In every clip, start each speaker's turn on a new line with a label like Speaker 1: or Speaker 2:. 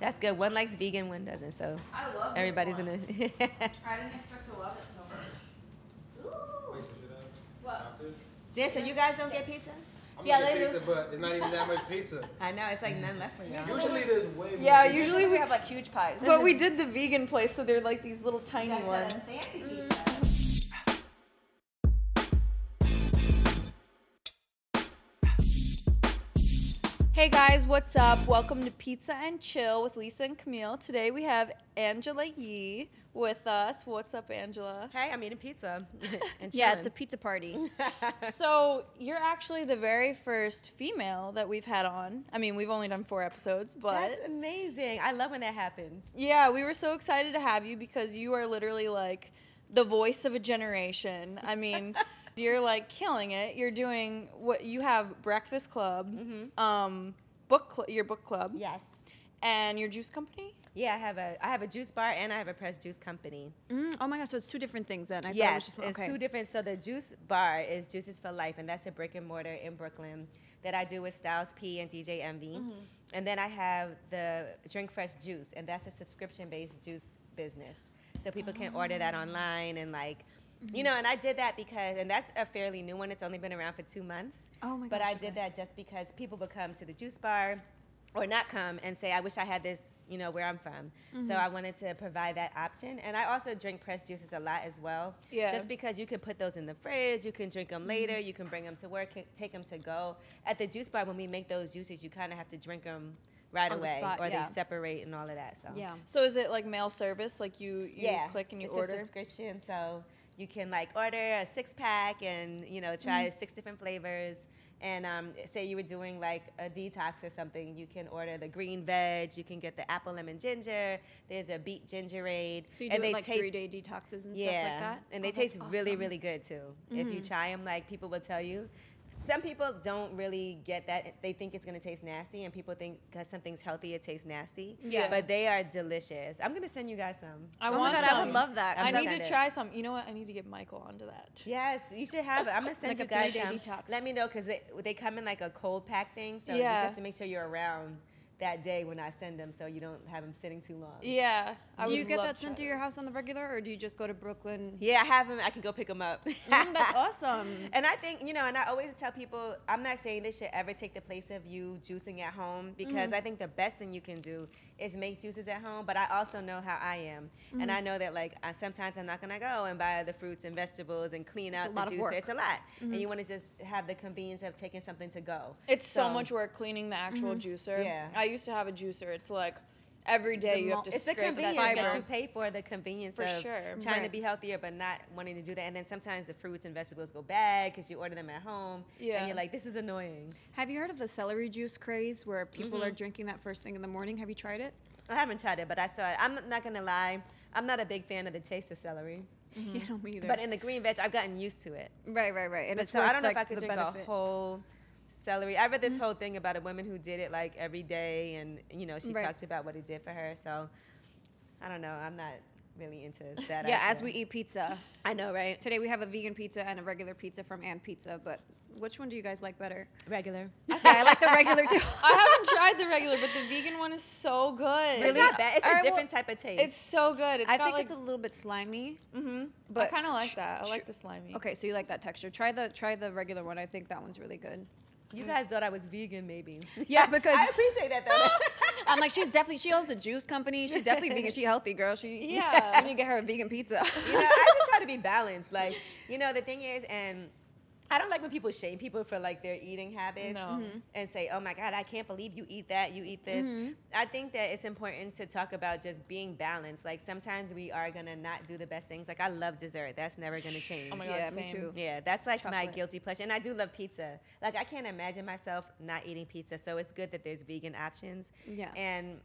Speaker 1: That's good. One likes vegan, one doesn't. So
Speaker 2: I
Speaker 1: Oh,
Speaker 2: love this
Speaker 1: everybody's in a.
Speaker 2: one. I didn't expect to love it so much.
Speaker 3: Wait,
Speaker 2: Ooh.
Speaker 3: so should I
Speaker 2: What?
Speaker 3: drop this?
Speaker 1: Dan, so you guys don't get pizza?
Speaker 3: I'm
Speaker 4: Yeah,
Speaker 3: gonna
Speaker 4: they
Speaker 3: get
Speaker 4: do.
Speaker 3: pizza, but it's not even that much pizza.
Speaker 1: I know it's like none left for y'all.
Speaker 3: Usually there's way more.
Speaker 5: Yeah,
Speaker 3: pizza.
Speaker 5: usually we
Speaker 4: Uh, have like huge pies.
Speaker 5: But we did the vegan place, so they're like these little tiny ones.
Speaker 1: fancy
Speaker 5: Hey guys, what's up? Welcome to Pizza and Chill with Lisa and Camille. Today we have Angela Yee with us. What's up, Angela?
Speaker 1: Hey, I'm eating pizza. and
Speaker 4: yeah, it's a
Speaker 1: chilling.
Speaker 4: pizza party. Oh
Speaker 5: So you're actually the very first female that we've had on. I mean, we've only done four episodes, but
Speaker 1: That's amazing. I love when that happens.
Speaker 5: Yeah, we were so excited to have you because you are literally like the voice of a generation. I mean, you're like killing it. You're doing what you have Breakfast Club, um, book cl- your book club,
Speaker 1: Yes.
Speaker 5: and your juice company.
Speaker 1: Yeah, I have a I have a juice bar and I have a pressed juice company.
Speaker 4: Mm, oh my gosh, so it's two different things then. I thought it was
Speaker 1: yes,
Speaker 4: just
Speaker 1: it's
Speaker 4: okay.
Speaker 1: two different. So the juice bar is Juices for Life, and that's a brick and mortar in Brooklyn that I do with Styles P and DJ Envy.
Speaker 4: Mm-hmm.
Speaker 1: And then I have the Drink Fresh Juice, and that's a subscription-based juice business. So people can order that
Speaker 4: Ah.
Speaker 1: online and like,
Speaker 4: Mm-hmm.
Speaker 1: you know. And I did that because, and that's a fairly new one. It's only been around for two months.
Speaker 4: Oh my
Speaker 1: But
Speaker 4: gosh,
Speaker 1: I did that just because people would come to the juice bar or not come and say, I wish I had this, you know, where I'm from.
Speaker 4: Mm-hmm.
Speaker 1: So I wanted to provide that option. And I also drink pressed juices a lot as well.
Speaker 5: Yeah.
Speaker 1: Just because you can put those in the fridge, you can drink them later,
Speaker 4: Mm-hmm.
Speaker 1: you can bring them to work, ca- take them to go. At the juice bar, when we make those juices, you kind of have to drink them right
Speaker 4: On the
Speaker 1: away
Speaker 4: spot,
Speaker 1: or
Speaker 4: yeah.
Speaker 1: they separate and all of that. So
Speaker 4: yeah.
Speaker 5: So is it like mail service? Like you, you click and you
Speaker 1: it's a
Speaker 5: order.
Speaker 1: subscription, so you can like order a six pack and you know try
Speaker 4: Mm-hmm.
Speaker 1: six different flavors. And um, say you were doing like a detox or something, you can order the green veg. You can get the apple lemon ginger. There's a beet gingerade.
Speaker 4: So you
Speaker 1: and
Speaker 4: do
Speaker 1: they
Speaker 4: it like
Speaker 1: taste,
Speaker 4: three day detoxes and
Speaker 1: yeah,
Speaker 4: stuff like that.
Speaker 1: and
Speaker 4: Oh,
Speaker 1: they
Speaker 4: that's
Speaker 1: taste really
Speaker 4: awesome. Mm-hmm.
Speaker 1: really good too. If you try them, like people will tell you. Some people don't really get that. They think it's gonna taste nasty, and people think because something's healthy, it tastes nasty.
Speaker 5: Yeah.
Speaker 1: But they are delicious. I'm gonna send you guys some.
Speaker 5: I
Speaker 4: Oh my
Speaker 5: want
Speaker 4: God,
Speaker 5: some.
Speaker 4: I would love that.
Speaker 1: I'm
Speaker 5: I
Speaker 4: 'cause
Speaker 1: so
Speaker 5: need to
Speaker 1: excited.
Speaker 5: try some. You know what? I need to get Michael onto that.
Speaker 1: Yes, you should have it. I'm gonna send
Speaker 4: Like
Speaker 1: you
Speaker 4: a
Speaker 1: guys
Speaker 4: three-day
Speaker 1: some.
Speaker 4: detox.
Speaker 1: Let me know because they, they come in like a cold pack thing, so you
Speaker 5: Yeah.
Speaker 1: just have to make sure you're around that day when I send them, so you don't have them sitting too long.
Speaker 5: Yeah. I
Speaker 4: do you
Speaker 5: would
Speaker 4: get
Speaker 5: love
Speaker 4: that sent to
Speaker 5: try
Speaker 4: your house on the regular, or do you just go to Brooklyn?
Speaker 1: Yeah, I have them. I can go pick them up.
Speaker 4: Mm, that's awesome.
Speaker 1: And I think, you know, and I always tell people, I'm not saying they should ever take the place of you juicing at home
Speaker 4: Mm-hmm.
Speaker 1: because I think the best thing you can do is make juices at home. But I also know how I am. And
Speaker 4: Mm-hmm.
Speaker 1: I know that, like, I, sometimes I'm not going to go and buy the fruits and vegetables and clean
Speaker 4: It's a
Speaker 1: out the
Speaker 4: lot of
Speaker 1: juicer.
Speaker 4: work. Mm-hmm.
Speaker 1: It's a lot. And you want to just have the convenience of taking something to go.
Speaker 5: It's so,
Speaker 1: So-
Speaker 5: much work cleaning the actual juicer.
Speaker 1: Yeah.
Speaker 5: I used to have a juicer. It's like every day you
Speaker 4: mul-
Speaker 5: have to
Speaker 1: It's the
Speaker 5: scrape
Speaker 1: convenience
Speaker 5: that
Speaker 1: that
Speaker 5: fiber.
Speaker 1: you pay for, the convenience
Speaker 5: For
Speaker 1: of
Speaker 5: sure.
Speaker 1: trying to
Speaker 4: Right.
Speaker 1: be healthier but not wanting to do that. And then sometimes the fruits and vegetables go bad because you order them at home.
Speaker 5: Yeah.
Speaker 1: And you're like, this is annoying.
Speaker 4: Have you heard of the celery juice craze where people are drinking that first thing in the morning? Have you tried it?
Speaker 1: I haven't tried it, but I saw it. I'm not gonna lie. I'm not a big fan of the taste of celery,
Speaker 4: You know me either.
Speaker 1: but in the green veg, I've gotten used to it.
Speaker 4: right, right, right. And
Speaker 1: But
Speaker 4: it's
Speaker 1: so I
Speaker 4: worth,
Speaker 1: don't know if
Speaker 4: like,
Speaker 1: I could
Speaker 4: the
Speaker 1: drink
Speaker 4: benefit. Mm-hmm.
Speaker 1: a whole celery. I read this whole thing about a woman who did it like every day, and you know she
Speaker 4: Right.
Speaker 1: talked about what it did for her. So I don't know. I'm not really into that.
Speaker 4: Yeah, as
Speaker 1: idea.
Speaker 4: we eat pizza.
Speaker 1: I know, right?
Speaker 4: Today we have a vegan pizza and a regular pizza from Ann Pizza, but which one do you guys like better?
Speaker 1: Regular.
Speaker 4: yeah, I like the regular too.
Speaker 5: I haven't tried the regular, but the vegan one is so good.
Speaker 1: It's
Speaker 4: Really?
Speaker 1: not bad. It's
Speaker 4: All
Speaker 1: a
Speaker 4: right, well,
Speaker 1: different type of taste.
Speaker 5: It's so good. It's
Speaker 4: I
Speaker 5: got,
Speaker 4: think
Speaker 5: like,
Speaker 4: it's a little bit slimy.
Speaker 5: I
Speaker 4: but
Speaker 5: kind of like
Speaker 4: sh-
Speaker 5: that. I
Speaker 4: sh-
Speaker 5: like the slimy.
Speaker 4: Okay, so you like that texture. Try the try the regular one. I think that one's really good.
Speaker 1: you guys thought I was vegan, maybe?
Speaker 4: Yeah, because-
Speaker 1: I appreciate that though.
Speaker 4: I'm like, she's definitely she owns a juice company. She's definitely vegan. She healthy girl. She
Speaker 5: Yeah.
Speaker 4: we need to get her a vegan pizza.
Speaker 1: You know, I just try to be balanced. Like, you know, the thing is, and I don't like when people shame people for like their eating habits
Speaker 5: No. Mhm.
Speaker 1: and say, "Oh my God, I can't believe you eat that, you eat this." I think that it's important to talk about just being balanced. Like sometimes we are gonna not do the best things. Like I love dessert; that's never gonna change.
Speaker 5: Oh my God,
Speaker 4: yeah, me
Speaker 5: same.
Speaker 4: too.
Speaker 1: Yeah, that's like my
Speaker 4: Chocolate.
Speaker 1: guilty pleasure. And I do love pizza. Like I can't imagine myself not eating pizza. So it's good that there's vegan options.
Speaker 4: Yeah.
Speaker 1: And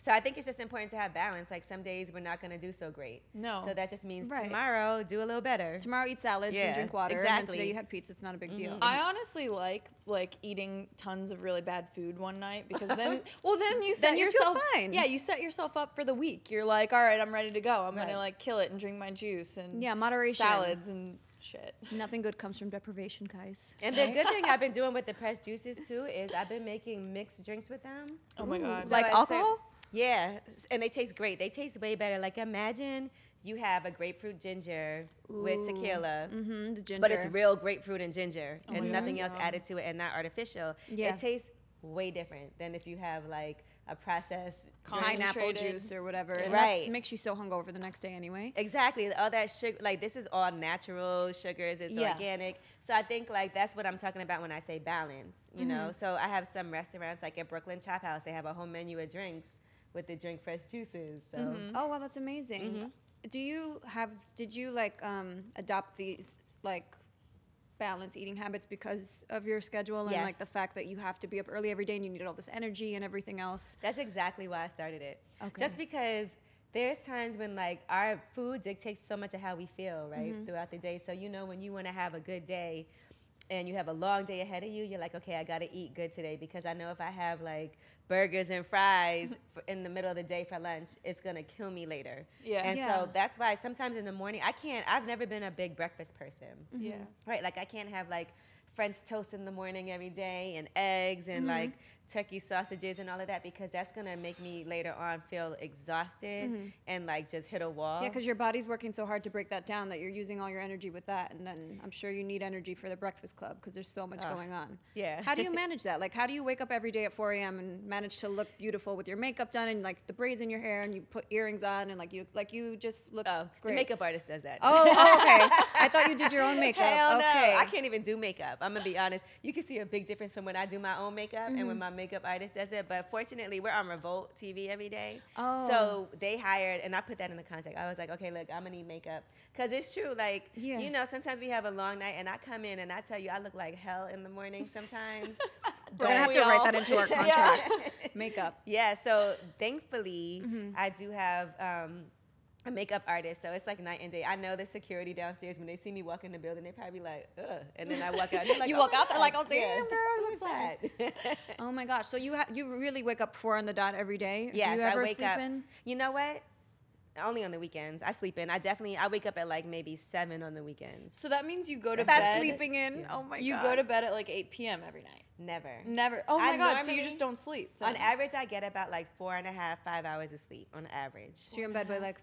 Speaker 1: so I think it's just important to have balance. Like some days we're not gonna do so great.
Speaker 5: No.
Speaker 1: So that just means
Speaker 4: Right.
Speaker 1: tomorrow do a little better.
Speaker 4: Tomorrow eat salads
Speaker 1: Yeah,
Speaker 4: and drink water. And then
Speaker 1: exactly. Uh,
Speaker 4: today you had pizza. It's not a big deal.
Speaker 5: I honestly like like eating tons of really bad food one night because then well then you set
Speaker 4: Then you feel
Speaker 5: yourself
Speaker 4: fine.
Speaker 5: yeah you set yourself up for the week. You're like all right I'm ready to go. I'm
Speaker 1: Right.
Speaker 5: gonna like kill it and drink my juice and
Speaker 4: Yeah, moderation.
Speaker 5: salads and shit.
Speaker 4: Nothing good comes from deprivation, guys.
Speaker 1: And the good thing I've been doing with the pressed juices too is I've been making mixed drinks with them.
Speaker 5: Oh my god.
Speaker 1: So
Speaker 4: like
Speaker 1: it's
Speaker 4: alcohol?
Speaker 1: Yeah, s- and they taste great. They taste way better. Like imagine you have a grapefruit ginger with
Speaker 4: Ooh.
Speaker 1: tequila.
Speaker 4: Mm-hmm, the ginger. Oh
Speaker 1: But it's real grapefruit and ginger and
Speaker 4: my
Speaker 1: nothing
Speaker 4: God.
Speaker 1: else added to it and not artificial.
Speaker 4: Yeah.
Speaker 1: It tastes way different than if you have like a processed drink.
Speaker 4: pineapple
Speaker 5: Concentrated.
Speaker 4: juice or whatever. And
Speaker 1: Right.
Speaker 4: That makes you so hungover the next day anyway.
Speaker 1: Exactly. All that sugar, like this is all natural sugars. It's
Speaker 4: Yeah.
Speaker 1: organic. So I think like that's what I'm talking about when I say balance. You
Speaker 4: Mm-hmm.
Speaker 1: know. So I have some restaurants like at Brooklyn Chop House. They have a whole menu of drinks with the drink fresh juices. So
Speaker 4: Oh wow, that's amazing.
Speaker 1: Mm-hmm.
Speaker 4: Do you have? Did you like um, adopt these like balanced eating habits because of your schedule and like the
Speaker 1: Yes.
Speaker 4: fact that you have to be up early every day and you needed all this energy and everything else?
Speaker 1: that's exactly why I started it.
Speaker 4: Okay.
Speaker 1: Just because there's times when like our food dictates so much of how we feel right
Speaker 4: Mm-hmm.
Speaker 1: throughout the day. So you know when you want to have a good day. And you have a long day ahead of you. You're like, okay, I gotta eat good today because I know if I have like burgers and fries f- in the middle of the day for lunch, it's gonna kill me later.
Speaker 5: Yeah.
Speaker 1: And
Speaker 4: Yeah.
Speaker 1: so that's why sometimes in the morning I can't. I've never been a big breakfast person.
Speaker 5: Yeah.
Speaker 4: Mm-hmm.
Speaker 1: Right, like I can't have like French toast in the morning every day and eggs and
Speaker 4: Mm-hmm.
Speaker 1: like turkey sausages and all of that because that's gonna make me later on feel exhausted and like just hit a wall.
Speaker 4: Mm-hmm. Yeah, because your body's working so hard to break that down that you're using all your energy with that, and then I'm sure you need energy for the Breakfast Club because there's so much going on.
Speaker 1: yeah.
Speaker 4: How do you manage that? Like, how do you wake up every day at 4 a.m. and manage to look beautiful with your makeup done and like the braids in your hair and you put earrings on and like you like you just look
Speaker 1: oh, the
Speaker 4: great.
Speaker 1: makeup artist does that.
Speaker 4: Oh, oh, okay. I thought you did your own makeup.
Speaker 1: Hell
Speaker 4: okay.
Speaker 1: no! I can't even do makeup. I'm gonna be honest. You can see a big difference from when I do my own makeup and
Speaker 4: Mm-hmm.
Speaker 1: when my makeup artist does it. But fortunately, we're on Revolt TV every day,
Speaker 4: Oh.
Speaker 1: so they hired and I put that in the contact. I was like, okay, look, I'm gonna need makeup because it's true. Like,
Speaker 4: Yeah.
Speaker 1: you know, sometimes we have a long night and I come in and I tell you I look like hell in the morning sometimes.
Speaker 4: We're gonna have
Speaker 1: Don't
Speaker 4: to
Speaker 1: we
Speaker 4: write
Speaker 1: all?
Speaker 4: that into our
Speaker 1: Yeah.
Speaker 4: contract. Makeup.
Speaker 1: Yeah, so thankfully,
Speaker 5: Mm-hmm.
Speaker 1: I do have um, a makeup artist, so it's like night and day. I know the security downstairs when they see me walk in the building, they probably like, ugh, and then I walk out. they're Like,
Speaker 5: You walk out, they're like,
Speaker 1: fuck,
Speaker 5: "Oh, damn,
Speaker 1: yeah,
Speaker 5: girl,
Speaker 1: who is that?"
Speaker 4: Oh my gosh. So you ha- you really wake up four on the dot every day?
Speaker 1: yes,
Speaker 4: do you ever
Speaker 1: I wake
Speaker 4: sleep
Speaker 1: up.
Speaker 4: in?
Speaker 1: You know what? Only on the weekends. I sleep in. I definitely. I wake up at like maybe seven on the weekends.
Speaker 5: So that means you go to
Speaker 4: That's
Speaker 5: bed.
Speaker 4: sleeping in. Oh my
Speaker 5: You
Speaker 4: god.
Speaker 5: go to bed at like 8 p.m. every night.
Speaker 1: Never.
Speaker 5: Never. Oh my
Speaker 1: I
Speaker 5: god. so you
Speaker 1: normally-
Speaker 5: just don't sleep.
Speaker 1: On
Speaker 5: then.
Speaker 1: average, I get about like four and a half, five hours of sleep on average.
Speaker 4: So you're in bed by like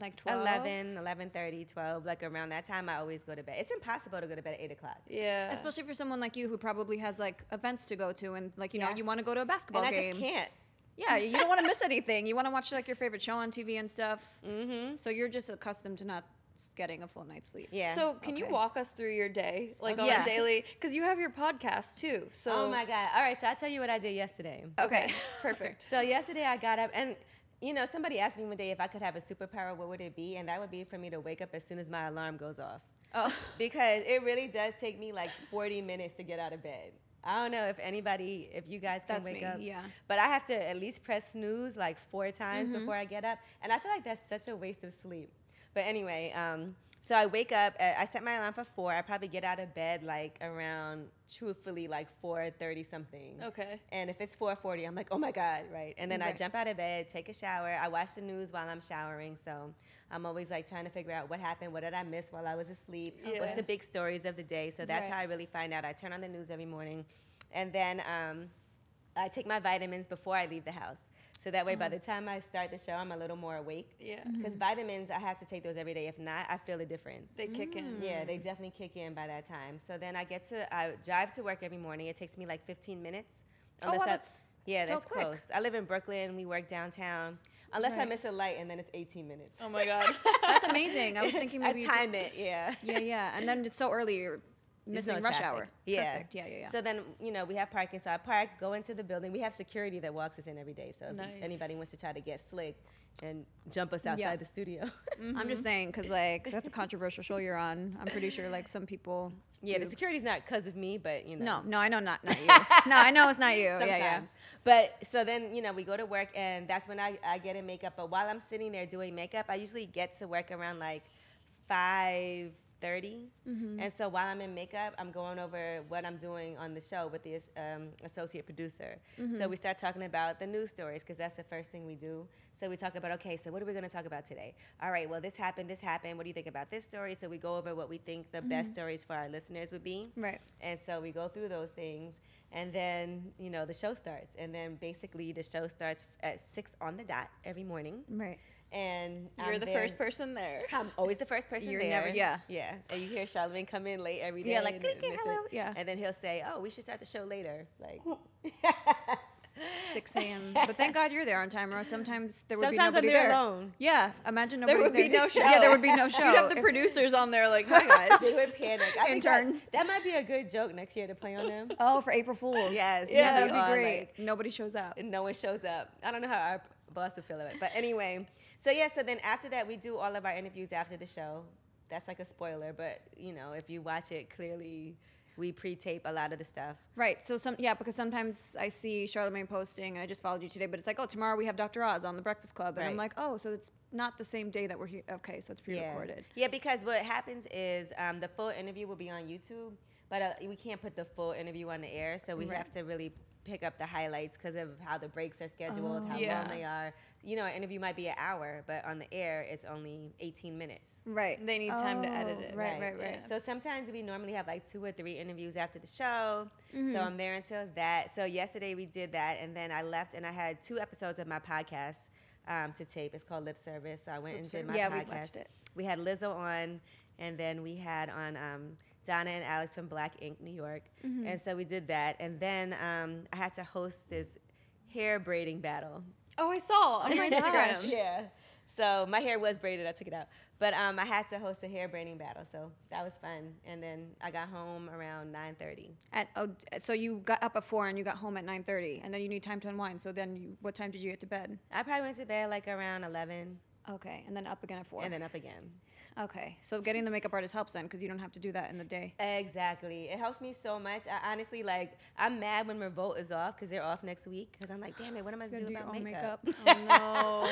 Speaker 4: like 12.
Speaker 1: 11, 11.30, 12, like around that time, I always go to bed. It's impossible to go to bed at 8 o'clock.
Speaker 5: Yeah.
Speaker 4: Especially for someone like you who probably has like events to go to and like you know you
Speaker 1: Yes.
Speaker 4: want to go to a basketball
Speaker 1: And I
Speaker 4: game.
Speaker 1: just can't.
Speaker 4: Yeah, you don't want to miss anything. You want to watch like your favorite show on TV and stuff.
Speaker 1: Mm-hmm.
Speaker 4: So you're just accustomed to not s- getting a full night's sleep.
Speaker 1: Yeah.
Speaker 5: So can you
Speaker 4: Okay. Oh,
Speaker 5: walk us through your day, like on
Speaker 4: Yeah.
Speaker 5: a daily? Because you have your podcast too. So
Speaker 1: oh my God. All right. So I'll tell you what I did yesterday.
Speaker 5: Okay. Perfect.
Speaker 1: So yesterday I got up and you know, somebody asked me one day if I could have a superpower, what would it be? And that would be for me to wake up as soon as my alarm goes off.
Speaker 4: Oh.
Speaker 1: Because it really does take me like 40 minutes to get out of bed. I don't know if anybody, if you guys can
Speaker 4: That's
Speaker 1: wake
Speaker 4: me,
Speaker 1: up.
Speaker 4: yeah.
Speaker 1: But I have to at least press snooze like four times before I get up. And I feel like that's such a waste of sleep. But anyway, um, so I wake up, at, I set my alarm for four. I probably get out of bed like around, truthfully, like 4.30 something.
Speaker 5: Okay.
Speaker 1: And if it's 4:40, I'm like, oh my god, right? And then I
Speaker 4: Right.
Speaker 1: jump out of bed, take a shower. I watch the news while I'm showering, so I'm always like trying to figure out what happened, what did I miss while I was asleep, what's
Speaker 5: Okay.
Speaker 1: the big stories of the day. So that's
Speaker 4: Right.
Speaker 1: how I really find out. I turn on the news every morning, and then um, I take my vitamins before I leave the house. So that way, by
Speaker 4: Uh-huh.
Speaker 1: the time I start the show, I'm a little more awake.
Speaker 5: Yeah.
Speaker 4: Mm-hmm.
Speaker 1: Because vitamins, I have to take those every day. If not, I feel a difference.
Speaker 5: They kick
Speaker 4: Mm-hmm.
Speaker 5: in.
Speaker 1: Yeah, they definitely kick in by that time. So then I get to I drive to work every morning. It takes me like 15 minutes.
Speaker 4: Oh, wow,
Speaker 1: I-
Speaker 4: that's
Speaker 1: yeah,
Speaker 4: so
Speaker 1: that's
Speaker 4: quick.
Speaker 1: close. I live in Brooklyn. We work downtown. Unless I
Speaker 4: Right.
Speaker 1: miss a light, and then it's 18 minutes.
Speaker 5: Oh my god.
Speaker 4: That's amazing. I was thinking maybe
Speaker 1: I
Speaker 4: you
Speaker 1: time it. Yeah.
Speaker 4: Yeah, yeah. And then it's so early, you're
Speaker 1: There's
Speaker 4: missing
Speaker 1: no
Speaker 4: rush
Speaker 1: traffic.
Speaker 4: hour.
Speaker 1: Yeah.
Speaker 4: Perfect. Yeah, yeah, yeah.
Speaker 1: So then, you know, we have parking. So I park, go into the building. We have security that walks us in every day. So if
Speaker 5: Nice.
Speaker 1: anybody wants to try to get slick and jump us outside the studio.
Speaker 4: I'm
Speaker 1: Mm-hmm.
Speaker 4: just saying, because like that's a controversial show you're on. I'm pretty sure like some people.
Speaker 1: yeah,
Speaker 4: do-
Speaker 1: the security's not because of me, but, you know.
Speaker 4: No, no, I know not not you. no, I know it's not you.
Speaker 1: sometimes.
Speaker 4: Yeah, yeah.
Speaker 1: But so then, you know, we go to work and that's when I, I get in makeup. But while I'm sitting there doing makeup, I usually get to work around like 5:30, 5:45. 30
Speaker 4: Mm-hmm.
Speaker 1: and so while i'm in makeup i'm going over what i'm doing on the show with the as- um, associate producer
Speaker 4: Mm-hmm.
Speaker 1: so we start talking about the news stories because that's the first thing we do so we talk about okay so what are we going to talk about today all right well this happened this happened what do you think about this story so we go over what we think
Speaker 4: Mm-hmm.
Speaker 1: the best stories for our listeners would be
Speaker 4: Right.
Speaker 1: and so we go through those things, and then you know the show starts. And then basically the show starts at six on the dot every morning.
Speaker 4: Right.
Speaker 1: And
Speaker 5: You're
Speaker 1: I'm
Speaker 5: the
Speaker 1: there-
Speaker 5: first person there.
Speaker 1: I'm always the first person
Speaker 4: You're
Speaker 1: there.
Speaker 4: never- yeah.
Speaker 1: yeah. And you hear Charlemagne come in late every day.
Speaker 4: Yeah, like,
Speaker 1: and then
Speaker 4: "Click it,
Speaker 1: miss
Speaker 4: hello." Yeah.
Speaker 1: And then he'll say, "Oh, we should start the show later." Like.
Speaker 4: 6 a.m. But thank God you're there on time, or else sometimes there would
Speaker 1: Sometimes
Speaker 4: be
Speaker 1: I'm
Speaker 4: nobody
Speaker 1: there alone.
Speaker 4: Yeah, imagine
Speaker 5: There
Speaker 4: nobody.
Speaker 5: would be no show.
Speaker 4: Yeah, there would be no show.
Speaker 5: You'd have the
Speaker 4: If-
Speaker 5: producers on there like, Oh, hi guys.
Speaker 1: They would panic. I think that,
Speaker 4: Interns.
Speaker 1: that might be a good joke next year to play on them.
Speaker 4: oh, for April Fools.
Speaker 1: Yes,
Speaker 4: Yeah,
Speaker 1: yeah,
Speaker 4: that would
Speaker 1: we
Speaker 4: be
Speaker 1: are,
Speaker 4: great.
Speaker 1: like-
Speaker 4: nobody shows up.
Speaker 1: and no one shows up. I don't know how our boss would feel about it. But anyway, so yeah, so then after that, we do all of our interviews after the show. That's like a spoiler, but you know, if you watch it, clearly we pre tape a lot of the stuff.
Speaker 4: Right. So some yeah, because sometimes I see Charlemagne posting and I just followed you today, but it's like, oh, tomorrow we have Dr. Oz on the Breakfast Club, and I'm
Speaker 1: Right.
Speaker 4: like, oh, so it's not the same day that we're here. Okay, so it's pre-recorded.
Speaker 1: Yeah, because what happens is um, the full interview will be on YouTube, but uh, we can't put the full interview on the air, so we
Speaker 4: Right.
Speaker 1: have to really pick up the highlights because of how the breaks are scheduled,
Speaker 4: Oh,
Speaker 1: how
Speaker 5: Yeah.
Speaker 1: long they are. You know, an interview might be an hour, but on the air, it's only 18 minutes.
Speaker 4: Right.
Speaker 5: They need time to edit
Speaker 4: Oh,
Speaker 5: it.
Speaker 4: Right. Right. Right.
Speaker 5: Yeah.
Speaker 1: So sometimes we normally have like two or three interviews after the show.
Speaker 4: Mm-hmm.
Speaker 1: So I'm there until that. So yesterday we did that, and then I left and I had two episodes of my podcast um, to tape. It's called Lip Service. So I went and did my
Speaker 4: Yeah, we
Speaker 1: podcast.
Speaker 4: watched it.
Speaker 1: We had Lizzo on, and then we had on um, Donna and Alex from Black Ink New York,
Speaker 4: Mm-hmm.
Speaker 1: and so we did that. And then um, I had to host this hair braiding battle.
Speaker 5: Oh, I saw on my
Speaker 4: gosh.
Speaker 5: Instagram.
Speaker 1: Yeah. So my hair was braided. I took it out, but um, I had to host a hair braiding battle, so that was fun. And then I got home around nine thirty.
Speaker 4: At oh, so you got up at four and you got home at 9:30, and then you need time to unwind. So then, you, what time did you get to bed?
Speaker 1: I probably went to bed like around eleven,
Speaker 4: Okay, and then up again at four.
Speaker 1: and then up again.
Speaker 4: okay, so getting the makeup artist helps then because you don't have to do that in the day.
Speaker 1: Exactly. It helps me so much. I honestly like. I'm mad when Revolt is off because they're off next week. Because I'm like, damn it, what am I
Speaker 4: You
Speaker 1: gonna
Speaker 4: gotta
Speaker 1: do
Speaker 4: do your
Speaker 1: about
Speaker 4: own
Speaker 1: makeup?
Speaker 4: makeup.
Speaker 5: Oh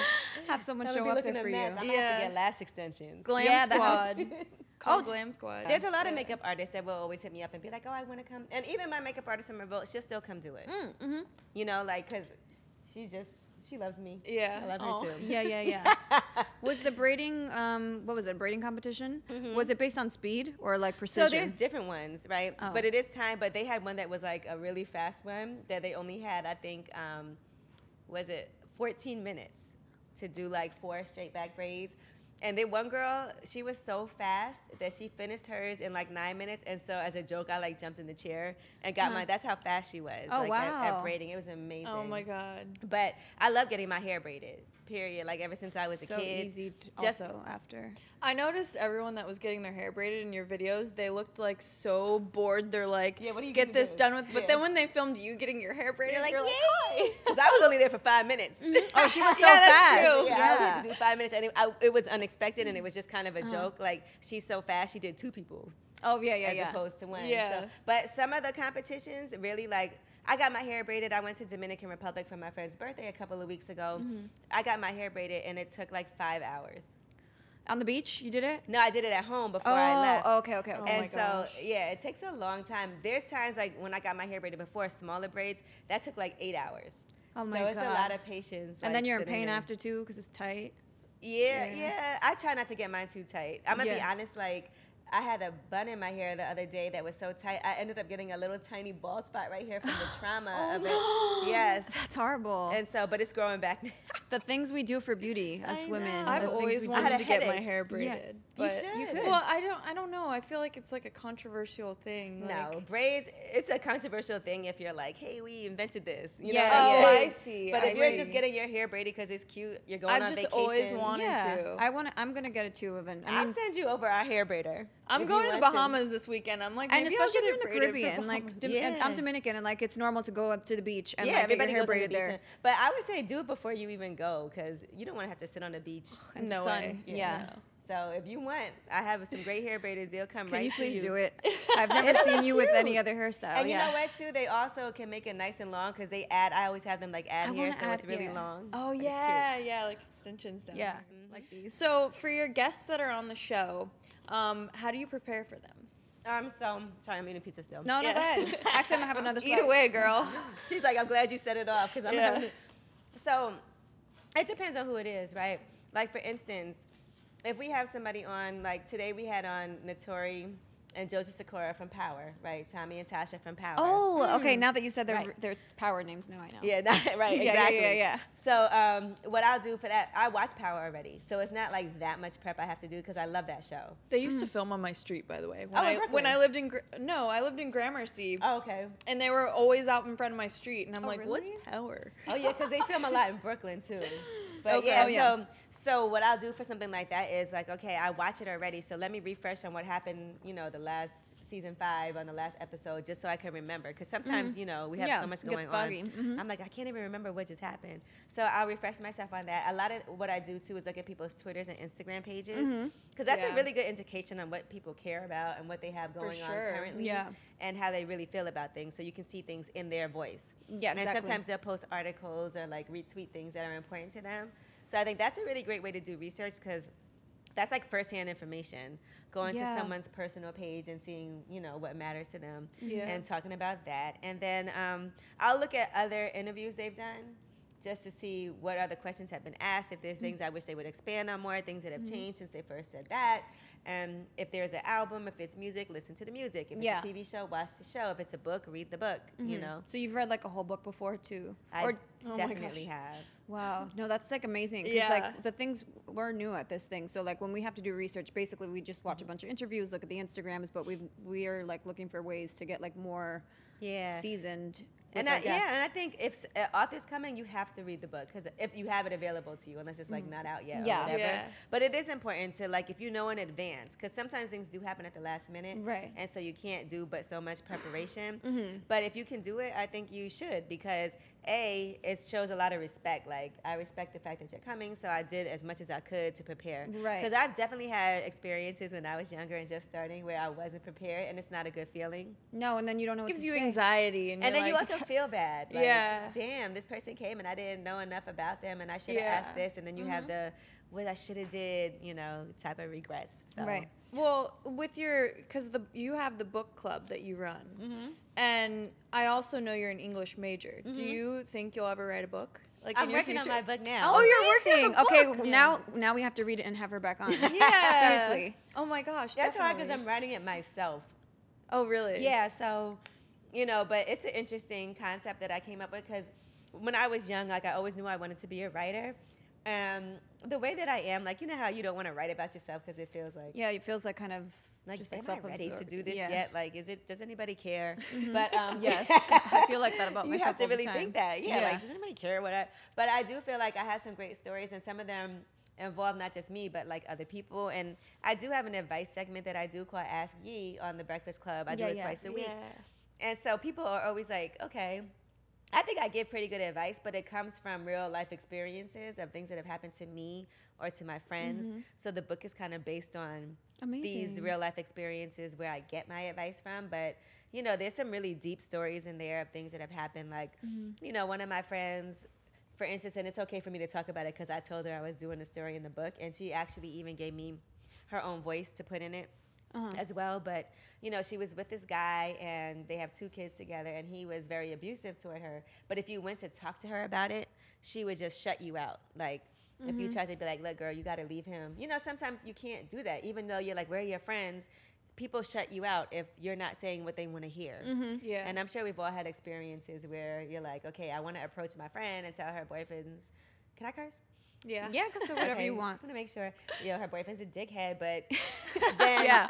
Speaker 4: have someone
Speaker 1: I'm
Speaker 4: show
Speaker 1: gonna be
Speaker 4: up
Speaker 1: looking
Speaker 4: there
Speaker 1: a
Speaker 4: for
Speaker 1: mess.
Speaker 4: you.
Speaker 1: I'm gonna have
Speaker 5: Yeah.
Speaker 1: to get lash extensions.
Speaker 5: Glam
Speaker 4: Yeah, that
Speaker 5: Squad.
Speaker 4: helps.
Speaker 5: Call
Speaker 4: Oh,
Speaker 5: Glam Squad.
Speaker 1: There's a lot of
Speaker 5: Yeah.
Speaker 1: makeup artists that will always hit me up and be like, oh, I want to come. And even my makeup artist from Revolt, she'll still come do it.
Speaker 5: Mm,
Speaker 4: mm-hmm.
Speaker 1: You know, like, because she just, she loves me.
Speaker 5: Yeah.
Speaker 1: I love
Speaker 5: Aw.
Speaker 1: her too.
Speaker 4: Yeah, yeah, yeah. was the braiding, um, what was it, braiding competition? Was it based on speed or like
Speaker 1: Mm-hmm. So
Speaker 4: precision?
Speaker 1: there's different ones, right?
Speaker 4: Oh.
Speaker 1: But it is time. But they had one that was like a really fast one that they only had, I think, um, was it 14 minutes to do like four straight back braids. And then one girl, she was so fast that she finished hers in like nine minutes. And so as a joke, I like jumped in the chair and got my. That's how fast she was.
Speaker 4: Uh-huh. Oh,
Speaker 1: like, at,
Speaker 4: wow.
Speaker 1: at braiding, it was amazing.
Speaker 5: Oh my god.
Speaker 1: But I love getting my hair braided. Period. Like ever since I was
Speaker 4: so
Speaker 1: a kid.
Speaker 4: easy t-
Speaker 1: Just-
Speaker 4: also after.
Speaker 5: I noticed everyone that was getting their hair braided in your videos, they looked like so bored. They're like,
Speaker 1: Yeah, what are you
Speaker 5: get
Speaker 1: gonna
Speaker 5: this
Speaker 1: do?"
Speaker 5: done with? But
Speaker 1: Yeah.
Speaker 5: then when they filmed you getting your hair braided,
Speaker 1: You're like,
Speaker 5: you're
Speaker 1: yay! Because I was only there for five minutes.
Speaker 4: Oh, she was so
Speaker 5: Yeah, that's
Speaker 4: fast.
Speaker 5: true.
Speaker 1: Yeah, I only had
Speaker 4: Yeah.
Speaker 1: to do five minutes, and it, I, it was unexpected, and it was just kind of a joke. Like she's so fast, she did two people
Speaker 4: Oh, yeah, yeah,
Speaker 1: as
Speaker 4: yeah.
Speaker 1: opposed to one.
Speaker 5: Yeah.
Speaker 1: So, but some of the competitions really like. I got my hair braided. I went to Dominican Republic for my friend's birthday a couple of weeks ago.
Speaker 4: Mm-hmm.
Speaker 1: I got my hair braided, and it took like five hours.
Speaker 4: on the beach, you did it?
Speaker 1: No, I did it at home before
Speaker 4: Oh,
Speaker 1: I left.
Speaker 4: okay, okay, Oh okay.
Speaker 5: my
Speaker 1: and so
Speaker 5: gosh.
Speaker 1: yeah, it takes a long time. There's times like when I got my hair braided before, smaller braids, that took like eight hours.
Speaker 4: Oh, my
Speaker 1: so it's a
Speaker 4: God.
Speaker 1: lot of patience. like,
Speaker 4: and then you're in
Speaker 1: sitting
Speaker 4: pain
Speaker 1: there.
Speaker 4: after too because it's tight.
Speaker 1: Yeah,
Speaker 4: Yeah.
Speaker 1: yeah, I try not to get mine too tight. I'm gonna be
Speaker 4: Yeah.
Speaker 1: honest, like I had a bun in my hair the other day that was so tight. I ended up getting a little tiny bald spot right here from the trauma of it. Yes.
Speaker 4: That's horrible.
Speaker 1: And so, but it's growing back now.
Speaker 4: the things we do for beauty as
Speaker 1: I
Speaker 4: women.
Speaker 1: know.
Speaker 4: the
Speaker 5: I've
Speaker 4: things
Speaker 5: always
Speaker 4: we do.
Speaker 1: I had
Speaker 5: wanted
Speaker 1: a
Speaker 5: to get my
Speaker 1: headache.
Speaker 5: hair
Speaker 4: Yeah.
Speaker 5: braided,
Speaker 1: You
Speaker 5: but
Speaker 1: should. You
Speaker 4: could.
Speaker 5: well, I don't. I don't know. I feel like it's like a controversial thing. like-
Speaker 1: no, braids, it's a controversial thing if you're like, hey, we invented this. You
Speaker 4: Yeah,
Speaker 1: know,
Speaker 5: Oh,
Speaker 1: like,
Speaker 5: I see.
Speaker 1: But
Speaker 5: I
Speaker 1: if you're
Speaker 5: see.
Speaker 1: just getting your hair braided because it's cute, you're going
Speaker 5: I've
Speaker 1: on
Speaker 5: just
Speaker 1: vacation.
Speaker 5: always wanted
Speaker 4: yeah,
Speaker 5: to.
Speaker 4: I want. to I'm gonna get it too. Even I
Speaker 1: I
Speaker 4: mean,
Speaker 1: will send you over our hair braider.
Speaker 5: I'm
Speaker 1: if
Speaker 5: going
Speaker 1: you
Speaker 5: to the
Speaker 1: want
Speaker 5: Bahamas this weekend. I'm like,
Speaker 4: and
Speaker 5: maybe I'll
Speaker 4: especially if
Speaker 5: get
Speaker 4: you're in the
Speaker 5: it braided for
Speaker 4: Caribbean,
Speaker 5: Bahamas.
Speaker 4: like Dom- and I'm
Speaker 1: Yeah.
Speaker 4: Dominican, and like it's normal to go up to the beach and
Speaker 1: yeah,
Speaker 4: like get your
Speaker 1: everybody
Speaker 4: hair
Speaker 1: goes on the
Speaker 4: braided
Speaker 1: beach.
Speaker 4: there.
Speaker 1: and- But I would say do it before you even go because you don't want to have to sit on the beach
Speaker 4: and the
Speaker 5: No
Speaker 4: sun.
Speaker 5: way.
Speaker 4: Yeah.
Speaker 1: Yeah. So if you want, I have some great hair braiders. They'll come
Speaker 4: Can
Speaker 1: right
Speaker 4: you
Speaker 1: to
Speaker 4: please
Speaker 1: you.
Speaker 4: do it? I've never seen you with any other hairstyle.
Speaker 1: And
Speaker 4: yeah.
Speaker 1: you know what too? They also can make it nice and long because they add. I always have them like add
Speaker 4: I
Speaker 1: hair,
Speaker 4: wanna
Speaker 1: so it's
Speaker 4: add-
Speaker 1: really
Speaker 4: yeah.
Speaker 1: long.
Speaker 5: Oh
Speaker 1: It's cute.
Speaker 5: yeah, yeah, like extensions down.
Speaker 4: Yeah,
Speaker 5: here.
Speaker 1: Mm-hmm.
Speaker 4: like these.
Speaker 5: So for your guests that are on the show, um, how do you prepare for them?
Speaker 1: Um. So sorry, I'm eating pizza still.
Speaker 4: No, no,
Speaker 5: Yeah.
Speaker 4: go ahead. Actually, I'm gonna have another.
Speaker 5: Eat
Speaker 4: slice.
Speaker 5: away, girl.
Speaker 1: She's like, I'm glad you set it off because I'm
Speaker 5: Yeah.
Speaker 1: having. So, it depends on who it is, right? Like for instance, if we have somebody on, like today we had on Notori and Joji Sakura from Power, right? Tommy and Tasha from Power.
Speaker 4: Oh, okay. Now that you said their
Speaker 1: Hmm. Right.
Speaker 4: their power names, now I know.
Speaker 1: Yeah, not, right,
Speaker 4: Yeah, yeah,
Speaker 1: exactly.
Speaker 4: yeah, yeah.
Speaker 1: So um, what I'll do for that, I watch Power already, so it's not like that much prep I have to do because I love that show.
Speaker 5: They used
Speaker 4: Mm.
Speaker 5: to film on my street, by the way. When
Speaker 1: Oh, in
Speaker 5: I when
Speaker 1: Brooklyn?
Speaker 5: I lived in Gr- no, I lived in Gramercy,
Speaker 1: Oh, okay.
Speaker 5: and they were always out in front of my street, and I'm
Speaker 4: Oh,
Speaker 5: like,
Speaker 4: really?
Speaker 5: what's power?
Speaker 1: Oh yeah, because they film a lot in Brooklyn too. But
Speaker 5: Okay.
Speaker 1: yeah,
Speaker 5: Oh, yeah.
Speaker 1: so so what I'll do for something like that is like, okay, I watch it already, so let me refresh on what happened, you know, the last season five on the last episode, just so I can remember. Because sometimes, you know, we have
Speaker 4: Mm-hmm. Yeah,
Speaker 1: so much
Speaker 4: it gets
Speaker 1: going
Speaker 4: foggy.
Speaker 1: on.
Speaker 5: Mm-hmm.
Speaker 4: Mhm.
Speaker 1: I'm like, I can't even remember what just happened. So I'll refresh myself on that. A lot of what I do too is look at people's Twitters and Instagram pages because that's
Speaker 5: Mm-hmm. Yeah.
Speaker 1: a really good indication on what people care about and what they have going
Speaker 5: sure.
Speaker 1: on currently
Speaker 4: Yeah.
Speaker 1: and how they really feel about things. So you can see things in their voice.
Speaker 4: Yeah, exactly.
Speaker 1: And sometimes they'll post articles or like retweet things that are important to them. So I think that's a really great way to do research because that's like firsthand information. Going
Speaker 4: Yeah.
Speaker 1: to someone's personal page and seeing, you know, what matters to them
Speaker 5: Yeah.
Speaker 1: and talking about that. And then um, I'll look at other interviews they've done just to see what other questions have been asked, if
Speaker 4: Mm.
Speaker 1: there's things I wish they would expand on more, things that have
Speaker 4: Mm-hmm.
Speaker 1: changed since they first said that. And if there's an album, if it's music, listen to the music. If
Speaker 4: Yeah. Mm-hmm.
Speaker 1: it's a TV show, watch the show. If it's a book, read the book, you know.
Speaker 4: So you've read like a whole book before too.
Speaker 1: I
Speaker 4: or
Speaker 5: oh my
Speaker 1: definitely have.
Speaker 4: wow, no, that's like amazing. Cause
Speaker 5: Yeah.
Speaker 4: like the things we're new at this thing. So like when we have to do research, basically we just
Speaker 1: Mm-hmm.
Speaker 4: watch a bunch of interviews, look at the Instagrams, but we we are like looking for ways to get like more
Speaker 1: Yeah.
Speaker 4: seasoned. with
Speaker 1: and
Speaker 4: our
Speaker 1: I, yeah,
Speaker 4: guests.
Speaker 1: and I think if s- an author's coming, you have to read the book because if you have it available to you, unless it's like not out yet
Speaker 4: Mm. Yeah.
Speaker 1: or whatever.
Speaker 5: Yeah.
Speaker 1: But it is important to like if you know in advance because sometimes things do happen at the last minute,
Speaker 4: Right. Mm-hmm.
Speaker 1: And so you can't do but so much preparation. But if you can do it, I think you should because a it shows a lot of respect. Like I respect the fact that you're coming, so I did as much as I could to prepare.
Speaker 4: Right.
Speaker 1: Because I've definitely had experiences when I was younger and just starting where I wasn't prepared, and it's not a good feeling
Speaker 4: no, and then you don't know what
Speaker 5: Gives
Speaker 4: to
Speaker 5: you
Speaker 4: say.
Speaker 5: anxiety, and,
Speaker 1: and
Speaker 5: you're
Speaker 1: then you
Speaker 5: like-
Speaker 1: also feel bad. Like,
Speaker 5: Yeah.
Speaker 1: Damn, this person came and I didn't know enough about them, and I should have
Speaker 5: Yeah.
Speaker 1: asked this. And then you have the what I should have did, you know, type of regrets. So.
Speaker 4: Right.
Speaker 5: Well, with your because the you have the book club that you run,
Speaker 1: Mm-hmm.
Speaker 5: and I also know you're an English major. Do you think you'll ever write a book? Like
Speaker 1: I'm working on my book now.
Speaker 4: Oh, you're
Speaker 5: amazing.
Speaker 4: working. Okay,
Speaker 5: Book.
Speaker 4: w- now now we have to read it and have her back on.
Speaker 5: Yeah.
Speaker 4: seriously.
Speaker 5: Oh my gosh.
Speaker 1: That's hard
Speaker 5: definitely.
Speaker 1: because I'm writing it myself.
Speaker 5: Oh really?
Speaker 1: Yeah, so you know, but it's an interesting concept that I came up with because when I was young, like I always knew I wanted to be a writer. Um, the way that I am, like you know how you don't want to write about yourself because it feels like
Speaker 4: Yeah, it feels like kind of
Speaker 1: like
Speaker 4: just
Speaker 1: am
Speaker 4: like
Speaker 1: I ready to
Speaker 4: self-absorbed.
Speaker 1: do this
Speaker 4: Yeah. Mm-hmm.
Speaker 1: yet? Like, is it does anybody care? But um,
Speaker 4: Yes, I feel like that about
Speaker 1: you
Speaker 4: myself.
Speaker 1: have to
Speaker 4: all the
Speaker 1: really
Speaker 4: time.
Speaker 1: think that. Yeah,
Speaker 4: Yeah.
Speaker 1: like does anybody care what I? But I do feel like I had some great stories, and some of them involve not just me, but like other people. And I do have an advice segment that I do called Ask Ye on the Breakfast Club. I do
Speaker 4: Yeah,
Speaker 1: it
Speaker 4: yeah.
Speaker 1: twice a week,
Speaker 5: Yeah.
Speaker 1: and so people are always like, okay. I think I give pretty good advice, but it comes from real life experiences of things that have happened to me or to my friends.
Speaker 4: Mm-hmm.
Speaker 1: So the book is kind of based on these
Speaker 4: Amazing.
Speaker 1: real life experiences where I get my advice from. But you know, there's some really deep stories in there of things that have happened. Like, you know, one of my friends, for instance, and it's okay for me to talk about it because I told her I was doing a story in the book, and she actually even gave me her own voice to put in it.
Speaker 4: Uh-huh.
Speaker 1: As well, but you know, she was with this guy and they have two kids together, and he was very abusive toward her. But if you went to talk to her about it, she would just shut you out. Like, if
Speaker 4: Mm-hmm.
Speaker 1: you try to be like, look, girl, you got to leave him. You know, sometimes you can't do that. Even though you're like, we're your friends, people shut you out if you're not saying what they want to hear.
Speaker 4: Mm-hmm.
Speaker 5: Yeah.
Speaker 1: And I'm sure we've all had experiences where you're like, okay, I want to approach my friend and tell her boyfriend's, can I curse?
Speaker 5: yeah.
Speaker 4: Yeah, 'cause so whatever
Speaker 1: Okay,
Speaker 4: you want.
Speaker 1: Just want to make sure. You know, her boyfriend's a dickhead, but then
Speaker 4: Yeah.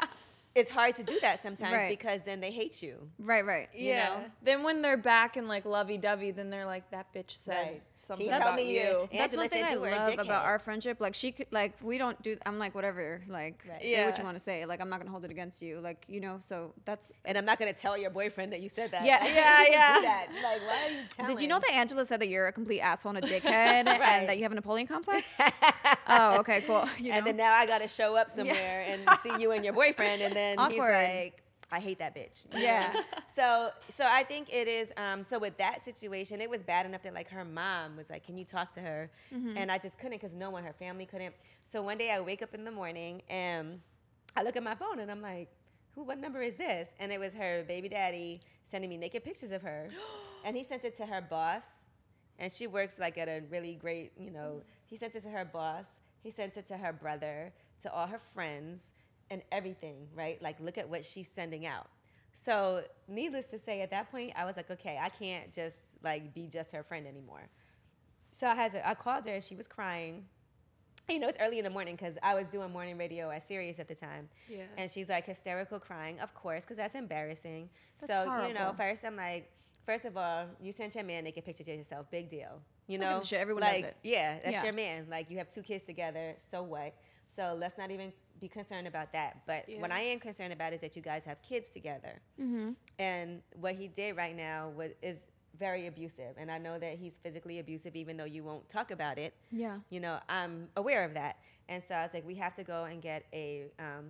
Speaker 1: it's hard to do that sometimes
Speaker 4: Right.
Speaker 1: because then they hate you.
Speaker 4: Right, right.
Speaker 5: yeah.
Speaker 1: know?
Speaker 5: Then when they're back and like lovey dovey, then they're like, that bitch said something
Speaker 1: She
Speaker 4: That's-
Speaker 1: told
Speaker 5: about
Speaker 1: me
Speaker 5: you.
Speaker 1: you.
Speaker 4: That's
Speaker 1: Angela
Speaker 4: one thing
Speaker 1: said
Speaker 4: I
Speaker 1: you were a
Speaker 4: love about
Speaker 1: dickhead.
Speaker 4: our friendship. Like she could, like we don't do. I'm like whatever. Like
Speaker 1: Right.
Speaker 4: say what
Speaker 5: Yeah.
Speaker 4: you want to say. Like I'm not gonna hold it against you. Like you know. So that's.
Speaker 1: And I'm not gonna tell your boyfriend that you said that.
Speaker 4: Yeah,
Speaker 1: Like,
Speaker 4: yeah,
Speaker 1: you do
Speaker 4: yeah.
Speaker 1: that. Like, why are you telling?
Speaker 4: Did you know that Angela said that you're a complete asshole and a dickhead
Speaker 1: Right.
Speaker 4: and that you have a Napoleon complex? oh, okay, cool. You know?
Speaker 1: and then now I gotta show up somewhere and see you and your boyfriend, and then he's
Speaker 4: Awkward.
Speaker 1: like, "I hate that bitch." You know?
Speaker 4: Yeah.
Speaker 1: so, so I think it is. Um, so with that situation, it was bad enough that like her mom was like, "Can you talk to her?" And I just couldn't because no one, her family couldn't. So one day I wake up in the morning and I look at my phone and I'm like, "Who? What number is this?" And it was her baby daddy sending me naked pictures of her, and he sent it to her boss and she works like at a really great you know he sent it to her boss he sent it to her brother to all her friends and everything right like look at what she's sending out so needless to say at that point i was like okay i can't just like be just her friend anymore so i had to, i called her she was crying you know it's early in the morning because i was doing morning radio at sirius at the time
Speaker 5: Yeah.
Speaker 1: and she's like hysterical crying of course because that's embarrassing
Speaker 4: That's
Speaker 1: so you know
Speaker 4: horrible.
Speaker 1: first i'm like first of all you sent your man naked pictures of yourself big deal you
Speaker 4: Who
Speaker 1: know
Speaker 4: gives a shit? Everyone does
Speaker 1: like
Speaker 4: it.
Speaker 1: yeah that's
Speaker 4: Yeah.
Speaker 1: your man like you have two kids together so what so let's not even be concerned about that but what
Speaker 5: Yeah.
Speaker 1: i am concerned about is that you guys have kids together
Speaker 4: Mm-hmm.
Speaker 1: and what he did right now was is very abusive and i know that he's physically abusive even though you won't talk about it
Speaker 4: yeah.
Speaker 1: you know, I'm aware of that. And so I was like, we have to go and get a um,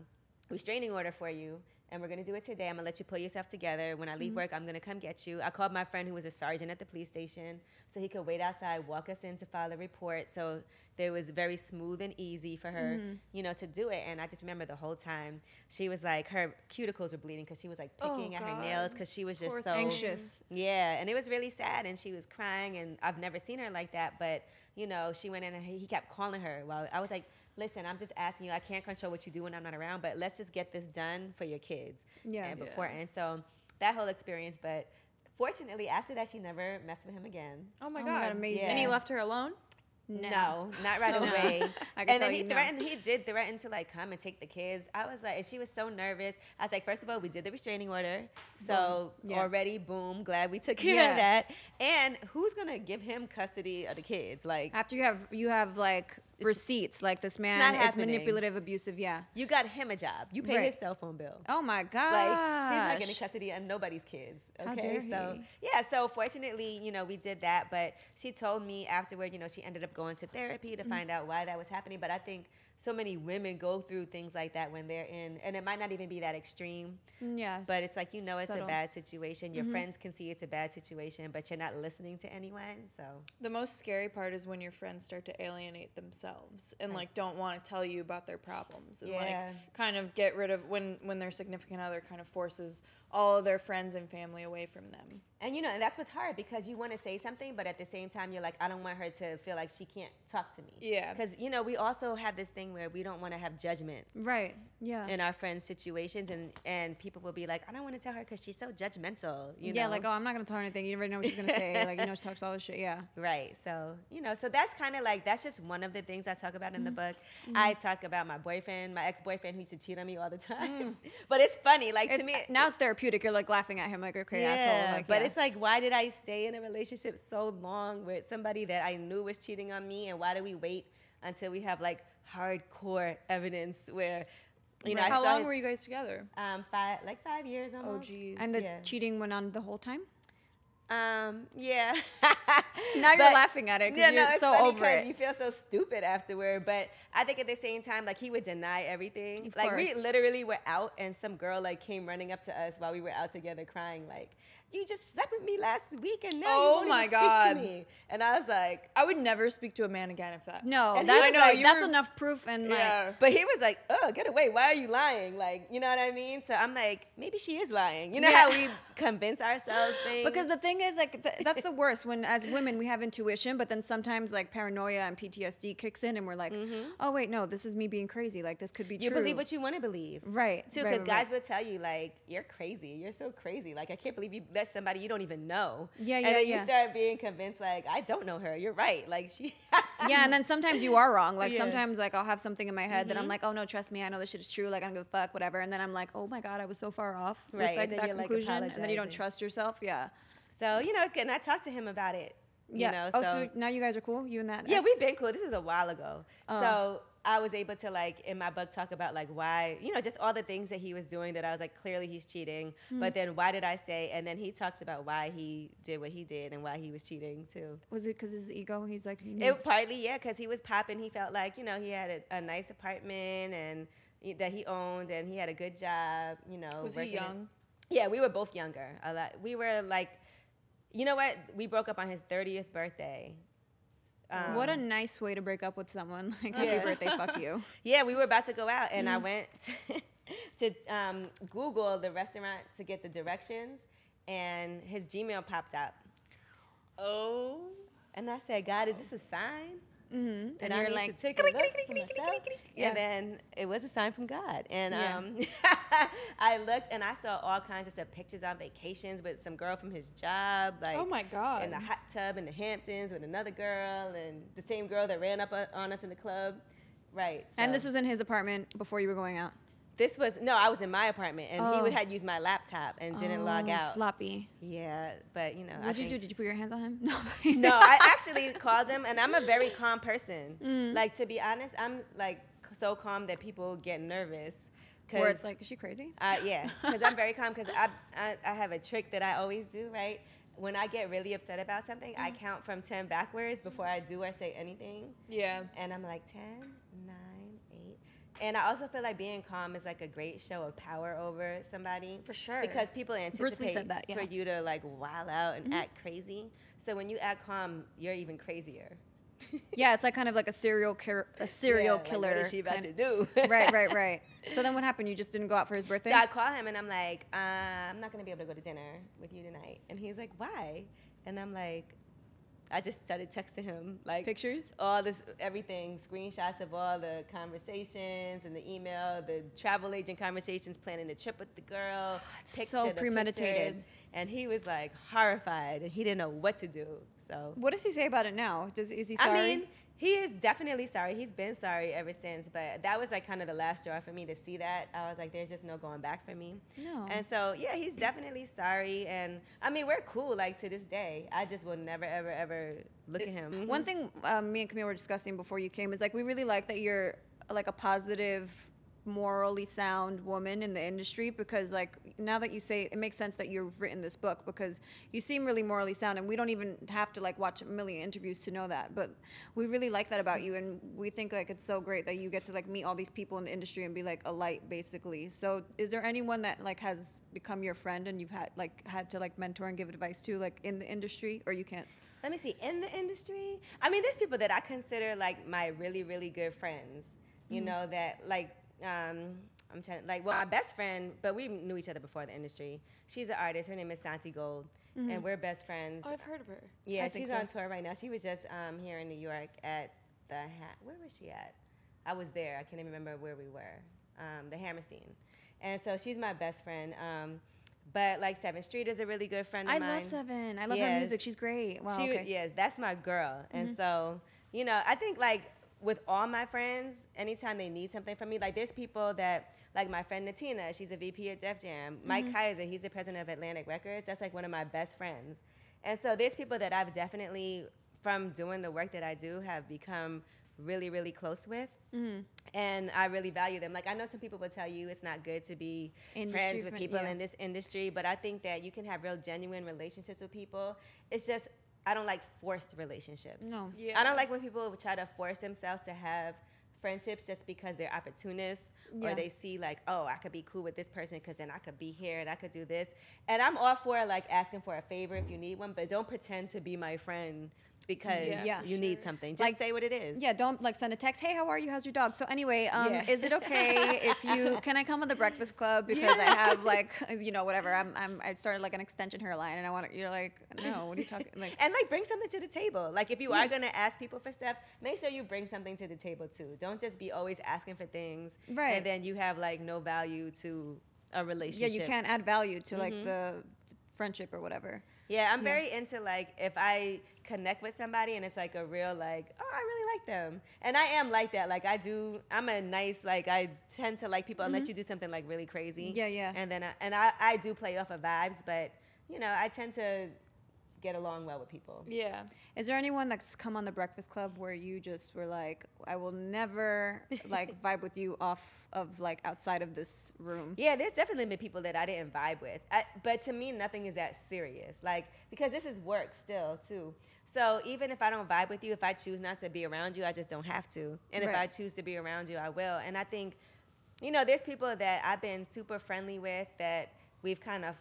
Speaker 1: restraining order for you. And we're gonna do it today. I'm gonna let you pull yourself together. When I
Speaker 5: Mm-hmm.
Speaker 1: leave work, I'm gonna come get you. I called my friend who was a sergeant at the police station so he could wait outside, walk us in to file a report. So there was very smooth and easy for her,
Speaker 5: Mm-hmm.
Speaker 1: you know, to do it. And I just remember the whole time she was like, her cuticles were bleeding because she was like
Speaker 5: Oh,
Speaker 1: picking at her
Speaker 5: God.
Speaker 1: nails because she was just
Speaker 5: Poor
Speaker 1: so
Speaker 5: thing.
Speaker 4: Anxious.
Speaker 1: yeah, and it was really sad, and she was crying, and I've never seen her like that. But you know, she went in, and he he kept calling her. While I was like, "Listen, I'm just asking you. I can't control what you do when I'm not around, but let's just get this done for your kids."
Speaker 4: Yeah.
Speaker 1: and before and so that whole experience. But fortunately, after that, she never messed with him again.
Speaker 5: Oh my
Speaker 4: Oh my
Speaker 5: god,
Speaker 4: God, amazing.
Speaker 5: And he
Speaker 1: Yeah.
Speaker 5: left her alone.
Speaker 4: No.
Speaker 1: not right away.
Speaker 4: I
Speaker 1: and
Speaker 4: can tell
Speaker 1: then he
Speaker 4: you no.
Speaker 1: threatened. He did threaten to like come and take the kids. I was like, and she was so nervous. I was like, first of all, we did the restraining order, so
Speaker 4: Yeah.
Speaker 1: already, boom, glad we took care
Speaker 4: Yeah.
Speaker 1: of that. And who's gonna give him custody of the kids? Like,
Speaker 4: After you have you have like receipts, like this man is
Speaker 1: happening.
Speaker 4: manipulative, abusive. Yeah.
Speaker 1: you got him a job. You pay his
Speaker 4: Right.
Speaker 1: cell phone bill.
Speaker 4: Oh my god.
Speaker 1: Like he's not getting custody of nobody's kids. Okay.
Speaker 4: How dare
Speaker 1: so yeah, so fortunately, you know, we did that, but she told me afterward, you know, she ended up going to therapy
Speaker 4: Mm-hmm.
Speaker 1: to find out why that was happening. But I think so many women go through things like that when they're in and it might not even be that extreme.
Speaker 4: Yeah.
Speaker 1: But it's like you know it's
Speaker 4: Subtle. Mm-hmm.
Speaker 1: a bad situation. Your friends can see it's a bad situation, but you're not listening to anyone. So
Speaker 5: The most scary part is when your friends start to alienate themselves and like don't want to tell you about their problems and
Speaker 1: Yeah.
Speaker 5: like kind of get rid of when when their significant other kind of forces all of their friends and family away from them.
Speaker 1: and you know, and that's what's hard because you want to say something, but at the same time, you're like, I don't want her to feel like she can't talk to me.
Speaker 5: Yeah.
Speaker 1: Because you know, we also have this thing where we don't want to have judgment
Speaker 4: right. Yeah.
Speaker 1: in our friends' situations, and and people will be like, I don't want to tell her because she's so judgmental. You
Speaker 4: yeah.
Speaker 1: know?
Speaker 4: Like oh, I'm not gonna tell her anything. You never know what she's gonna say. like you know she talks all this shit. Yeah.
Speaker 1: Right. So, you know, so that's kind of like, that's just one of the things I talk about in the
Speaker 4: Mm-hmm.
Speaker 1: book. I talk about my boyfriend, my ex boyfriend who used to cheat on me all the time. but it's funny. Like,
Speaker 4: Mm. It's,
Speaker 1: to me,
Speaker 4: now it's therapeutic. You're like laughing at him, like okay, asshole. Like,
Speaker 1: but
Speaker 4: yeah.
Speaker 1: it's like, why did I stay in a relationship so long with somebody that I knew was cheating on me? And why do we wait until we have like hardcore evidence where, you know, I
Speaker 5: How
Speaker 1: saw
Speaker 5: long
Speaker 1: his-
Speaker 5: were you guys together?
Speaker 1: Um, five, like five years
Speaker 5: Oh
Speaker 1: almost.
Speaker 5: geez.
Speaker 4: and the
Speaker 1: yeah.
Speaker 4: cheating went on the whole time.
Speaker 1: Um, yeah.
Speaker 4: Now you're
Speaker 1: But-
Speaker 4: laughing at it
Speaker 1: Yeah,
Speaker 4: because
Speaker 1: no,
Speaker 4: you're
Speaker 1: it's
Speaker 4: so
Speaker 1: funny
Speaker 4: over
Speaker 1: 'cause
Speaker 4: it.
Speaker 1: You feel so stupid afterward, but I think at the same time, like he would deny everything.
Speaker 4: Of
Speaker 1: like we
Speaker 4: course.
Speaker 1: literally were out, and some girl like came running up to us while we were out together, crying like, "You just slept with me last week, and now
Speaker 5: Oh
Speaker 1: you won't
Speaker 5: my
Speaker 1: even
Speaker 5: God.
Speaker 1: speak to me." And I was like,
Speaker 5: I would never speak to a man again if that.
Speaker 4: no,
Speaker 1: And he
Speaker 4: that's
Speaker 1: was
Speaker 5: like-
Speaker 4: that's
Speaker 5: you were-
Speaker 4: enough proof and like
Speaker 5: Yeah.
Speaker 1: but he was like, "Oh, get away! Why are you lying?" Like, you know what I mean? So I'm like, maybe she is lying. You know
Speaker 4: Yeah.
Speaker 1: how we convince ourselves things
Speaker 4: Because the thing is, like, th- that's the worst when, as women, we have intuition, but then sometimes, like, paranoia and PTSD kicks in, and we're like, oh, wait, no, this is me being crazy. Like, this could be
Speaker 1: Mm-hmm. you
Speaker 4: true.
Speaker 1: believe what you want to believe.
Speaker 4: Right.
Speaker 1: too
Speaker 4: right,
Speaker 1: because guys
Speaker 4: right, right.
Speaker 1: would tell you like you're crazy you're so crazy like i can't believe you let met somebody you don't even know.
Speaker 4: Yeah,
Speaker 1: and
Speaker 4: yeah,
Speaker 1: then
Speaker 4: yeah.
Speaker 1: you start being convinced, like, I don't know her. You're right. Like, she.
Speaker 4: yeah, and then sometimes you are wrong. Like
Speaker 1: Yeah. Mm-hmm.
Speaker 4: sometimes like I'll have something in my head that I'm like, oh no, trust me, I know this shit is true. Like I don't give a fuck, whatever. And then I'm like, oh my god, I was so far off
Speaker 1: Right,
Speaker 4: with
Speaker 1: and
Speaker 4: like
Speaker 1: then
Speaker 4: that
Speaker 1: you're, like,
Speaker 4: conclusion. and then you don't
Speaker 1: apologizing.
Speaker 4: trust yourself. Yeah.
Speaker 1: So, you know, it's good. And I talked to him about it.
Speaker 4: Yeah.
Speaker 1: You know,
Speaker 4: oh, so now you guys are cool. You and that.
Speaker 1: Yeah,
Speaker 4: ex?
Speaker 1: we've been cool. This was a while ago.
Speaker 4: Oh.
Speaker 1: So I was able to like in my book talk about like why you know just all the things that he was doing that I was like clearly he's cheating,
Speaker 4: Hmm.
Speaker 1: but then why did I stay? And then he talks about why he did what he did and why he was cheating too.
Speaker 4: Was it because his ego? He's like.
Speaker 1: It
Speaker 4: needs-
Speaker 1: partly yeah, because he was popping. He felt like you know he had a, a nice apartment and he- that he owned and he had a good job. You know,
Speaker 5: Was he
Speaker 1: working in-
Speaker 5: young?
Speaker 1: yeah, we were both younger. A lot. We were like, you know what? We broke up on his thirtieth birthday. Um,
Speaker 4: what a nice way to break up with someone. Like happy
Speaker 1: Yeah.
Speaker 4: birthday, fuck you.
Speaker 1: Yeah, we were about to go out, and
Speaker 5: Mm.
Speaker 1: I went to, um, Google the restaurant to get the directions, and his Gmail popped up.
Speaker 5: Oh.
Speaker 1: And I said, God, is this a sign?
Speaker 4: Mm-hmm.
Speaker 1: And, I need to take a look for myself.
Speaker 4: Yeah.
Speaker 1: And then it was a sign from God. And
Speaker 4: Yeah.
Speaker 1: um, I looked and I saw all kinds of stuff, pictures on vacations with some girl from his job. Like,
Speaker 5: Oh my god.
Speaker 1: in the hot tub in the Hamptons with another girl and the same girl that ran up uh, on us in the club. Right.
Speaker 4: And
Speaker 1: so-
Speaker 4: this was in his apartment before you were going out.
Speaker 1: This was no, I was in my apartment, and he
Speaker 4: Oh.
Speaker 1: would, had used my laptop and didn't log
Speaker 4: Oh,
Speaker 1: out.
Speaker 4: Sloppy.
Speaker 1: yeah, but you know, I
Speaker 4: What did
Speaker 1: think-
Speaker 4: you do? Did you put your hands on him? No.
Speaker 1: no, I actually called him, and I'm a very calm person.
Speaker 4: Mm.
Speaker 1: Like to be honest, I'm like so calm that people get nervous.
Speaker 4: Where it's like, is she crazy?
Speaker 1: Uh, yeah, because I'm very calm. Because I, I I have a trick that I always do. Right, when I get really upset about something, I
Speaker 4: Mm.
Speaker 1: count from ten backwards before I do or say anything.
Speaker 5: yeah.
Speaker 1: And I'm like 10, 9, 8. And I also feel like being calm is like a great show of power over somebody.
Speaker 5: For sure.
Speaker 1: Because people
Speaker 4: Lee
Speaker 1: anticipate
Speaker 4: said that, yeah. Mm-hmm.
Speaker 1: for you to like wild out and act crazy. So when you act calm, you're even crazier.
Speaker 4: Yeah, it's like kind of like a serial killer, a serial
Speaker 1: Yeah, like,
Speaker 4: killer.
Speaker 1: what is she about
Speaker 4: kind-
Speaker 1: to do?
Speaker 4: right, right, right. So then what happened? You just didn't go out for his birthday?
Speaker 1: So I call him and I'm like, uh, I'm not gonna be able to go to dinner with you tonight. And he's like, Why? And I'm like, I just started texting him like
Speaker 4: Pictures?
Speaker 1: all this everything screenshots of all the conversations and the email the travel agent conversations planning the trip with the girl
Speaker 4: It's so
Speaker 1: the
Speaker 4: premeditated.
Speaker 1: pictures. and he was like horrified and he didn't know what to do so
Speaker 4: What does he say about it now? Does is he sorry?
Speaker 1: i mean he is definitely sorry he's been sorry ever since but that was like kind of the last straw for me to see that i was like there's just no going back for me
Speaker 4: no.
Speaker 1: and so yeah he's definitely sorry and i mean we're cool like to this day i just will never ever ever look at him
Speaker 4: One thing um, me and Camille were discussing before you came is like we really like that you're like a positive, morally sound woman in the industry because like now that you say it makes sense that you've written this book because you seem really morally sound and we don't even have to like watch a million interviews to know that but we really like that about you and we think like it's so great that you get to like meet all these people in the industry and be like a light basically so is there anyone that like has become your friend and you've had like had to like mentor and give advice to like in the industry or you can't
Speaker 1: let me see in the industry i mean there's people that i consider like my really really good friends you know that like um i'm trying like well my best friend but we knew each other before the industry she's an artist her name is santi gold and we're best friends
Speaker 5: Oh, I've heard of her.
Speaker 1: yeah
Speaker 4: I think
Speaker 1: she's
Speaker 4: so.
Speaker 1: on tour right now she was just um here in new york at the ha- where was she at i was there i can't even remember where we were um, the hammerstein and so she's my best friend um but like Seventh Street is a really good friend of
Speaker 4: I
Speaker 1: mine.
Speaker 4: love Seven. I love her
Speaker 1: Yes.
Speaker 4: music. She's great. Wow.
Speaker 1: She,
Speaker 4: okay. Mm-hmm.
Speaker 1: Yes, that's my girl. And so, you know, I think like with all my friends, anytime they need something from me, like there's people that, like my friend Natina, she's a VP at Def Jam. Mike
Speaker 4: Mm-hmm.
Speaker 1: Kaiser, he's the president of Atlantic Records. That's like one of my best friends. And so there's people that I've definitely, from doing the work that I do, have become really, really close with.
Speaker 4: Mm-hmm.
Speaker 1: And I really value them. Like I know some people will tell you it's not good to be
Speaker 4: Industry
Speaker 1: friends with
Speaker 4: friend-
Speaker 1: people
Speaker 4: yeah.
Speaker 1: in this industry, but I think that you can have real genuine relationships with people. It's just I don't like forced relationships.
Speaker 4: No.
Speaker 5: Yeah.
Speaker 1: I don't like when people try to force themselves to have friendships just because they're opportunists
Speaker 4: Yeah.
Speaker 1: or they see like, oh, I could be cool with this person because then I could be here and I could do this. And I'm all for like asking for a favor if you need one, but don't pretend to be my friend because
Speaker 5: Yeah,
Speaker 4: Yeah. for
Speaker 1: you need
Speaker 5: sure.
Speaker 1: something. Just
Speaker 4: Like-
Speaker 1: say what it is.
Speaker 4: Yeah, don't like send a text. Hey, how are you? How's your dog? So anyway, um,
Speaker 1: Yeah.
Speaker 4: is it okay if you can I come on the Breakfast Club because I have like you know whatever I'm I'm I started like an extension hairline and I want to, you're like no what are you talking like
Speaker 1: And like bring something to the table. Like if you are gonna ask people for stuff, make sure you bring something to the table too. Don't just be always asking for things,
Speaker 4: Right.
Speaker 1: And then you have like no value to a
Speaker 4: yeah
Speaker 1: relationship. Mm-hmm.
Speaker 4: you can't add value to like the friendship or whatever.
Speaker 1: Yeah, I'm very into like if I connect with somebody and it's like a real like, oh, I really like them. And I am like that. Like I do I'm a nice like I tend to like people unless you do something like really crazy.
Speaker 4: Mm-hmm. Yeah, yeah.
Speaker 1: And then I, and I I do play off of vibes, but you know, I tend to get along well with people.
Speaker 5: Yeah.
Speaker 4: Is there anyone that's come on the Breakfast Club where you just were like, I will never like vibe with you off of like outside of this room?
Speaker 1: Yeah, there's definitely been people that I didn't vibe with. I, but to me, nothing is that serious. Like, because this is work still, too. So even if I don't vibe with you, if I choose not to be around you, I just don't have to. And if I
Speaker 4: Right.
Speaker 1: choose to be around you, I will. And I think, you know, there's people that I've been super friendly with that we've kind of.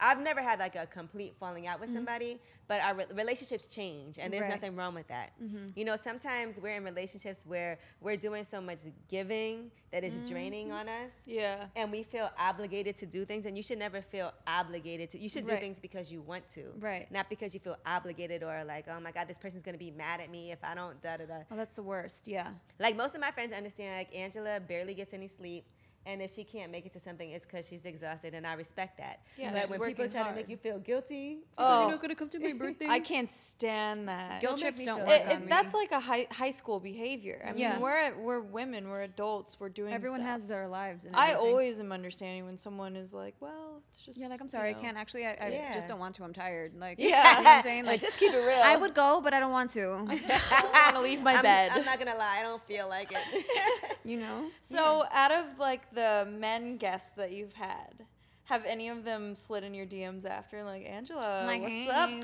Speaker 1: I've never had like a complete falling out with somebody, but our re- relationships change, and there's
Speaker 4: Mm-hmm. Right. Mm-hmm.
Speaker 1: nothing wrong with that. You know, sometimes we're in relationships where we're doing so much giving that it's
Speaker 4: Mm-hmm.
Speaker 1: draining on us
Speaker 5: Yeah.
Speaker 1: and we feel obligated to do things and you should never feel obligated to you should do
Speaker 4: Right.
Speaker 1: things because you want to
Speaker 4: Right.
Speaker 1: not because you feel obligated or like oh my god this person's gonna be mad at me if i don't da da da
Speaker 4: Oh, that's the worst. Yeah.
Speaker 1: like most of my friends understand like angela barely gets any sleep and if she can't make it to something it's because she's exhausted and i respect that
Speaker 5: Yeah,
Speaker 1: but
Speaker 5: she's
Speaker 1: when people
Speaker 5: working
Speaker 1: try to
Speaker 5: hard.
Speaker 1: make you feel guilty
Speaker 5: Oh.
Speaker 1: you're not gonna come to my birthday
Speaker 5: I can't stand that.
Speaker 4: Guilt
Speaker 1: make
Speaker 4: trips
Speaker 1: me
Speaker 4: don't
Speaker 1: feel
Speaker 4: work
Speaker 5: It-
Speaker 4: on
Speaker 5: it-
Speaker 4: me.
Speaker 5: that's like a high, high school behavior. I mean,
Speaker 4: Yeah.
Speaker 5: we're we're women, we're adults, we're doing.
Speaker 4: everyone
Speaker 5: stuff.
Speaker 4: has their lives. And
Speaker 5: I
Speaker 4: everything.
Speaker 5: always am understanding when someone is like, "Well, it's just."
Speaker 4: Yeah, like I'm
Speaker 5: you
Speaker 4: sorry,
Speaker 5: know."
Speaker 4: I can't actually. I, I
Speaker 1: Yeah.
Speaker 4: just don't want to. I'm tired. Like,
Speaker 1: yeah
Speaker 4: you know what I'm saying? Like,
Speaker 1: just keep it real
Speaker 4: I would go, but I don't want to.
Speaker 5: I don't want to leave my
Speaker 1: I'm-
Speaker 5: bed.
Speaker 1: i'm not gonna lie i don't feel like it
Speaker 4: You know.
Speaker 5: so, out of like the men guests that you've had, have any of them slid in your DMs after, like Angela,
Speaker 4: Like,
Speaker 5: what's
Speaker 4: hey."
Speaker 5: up,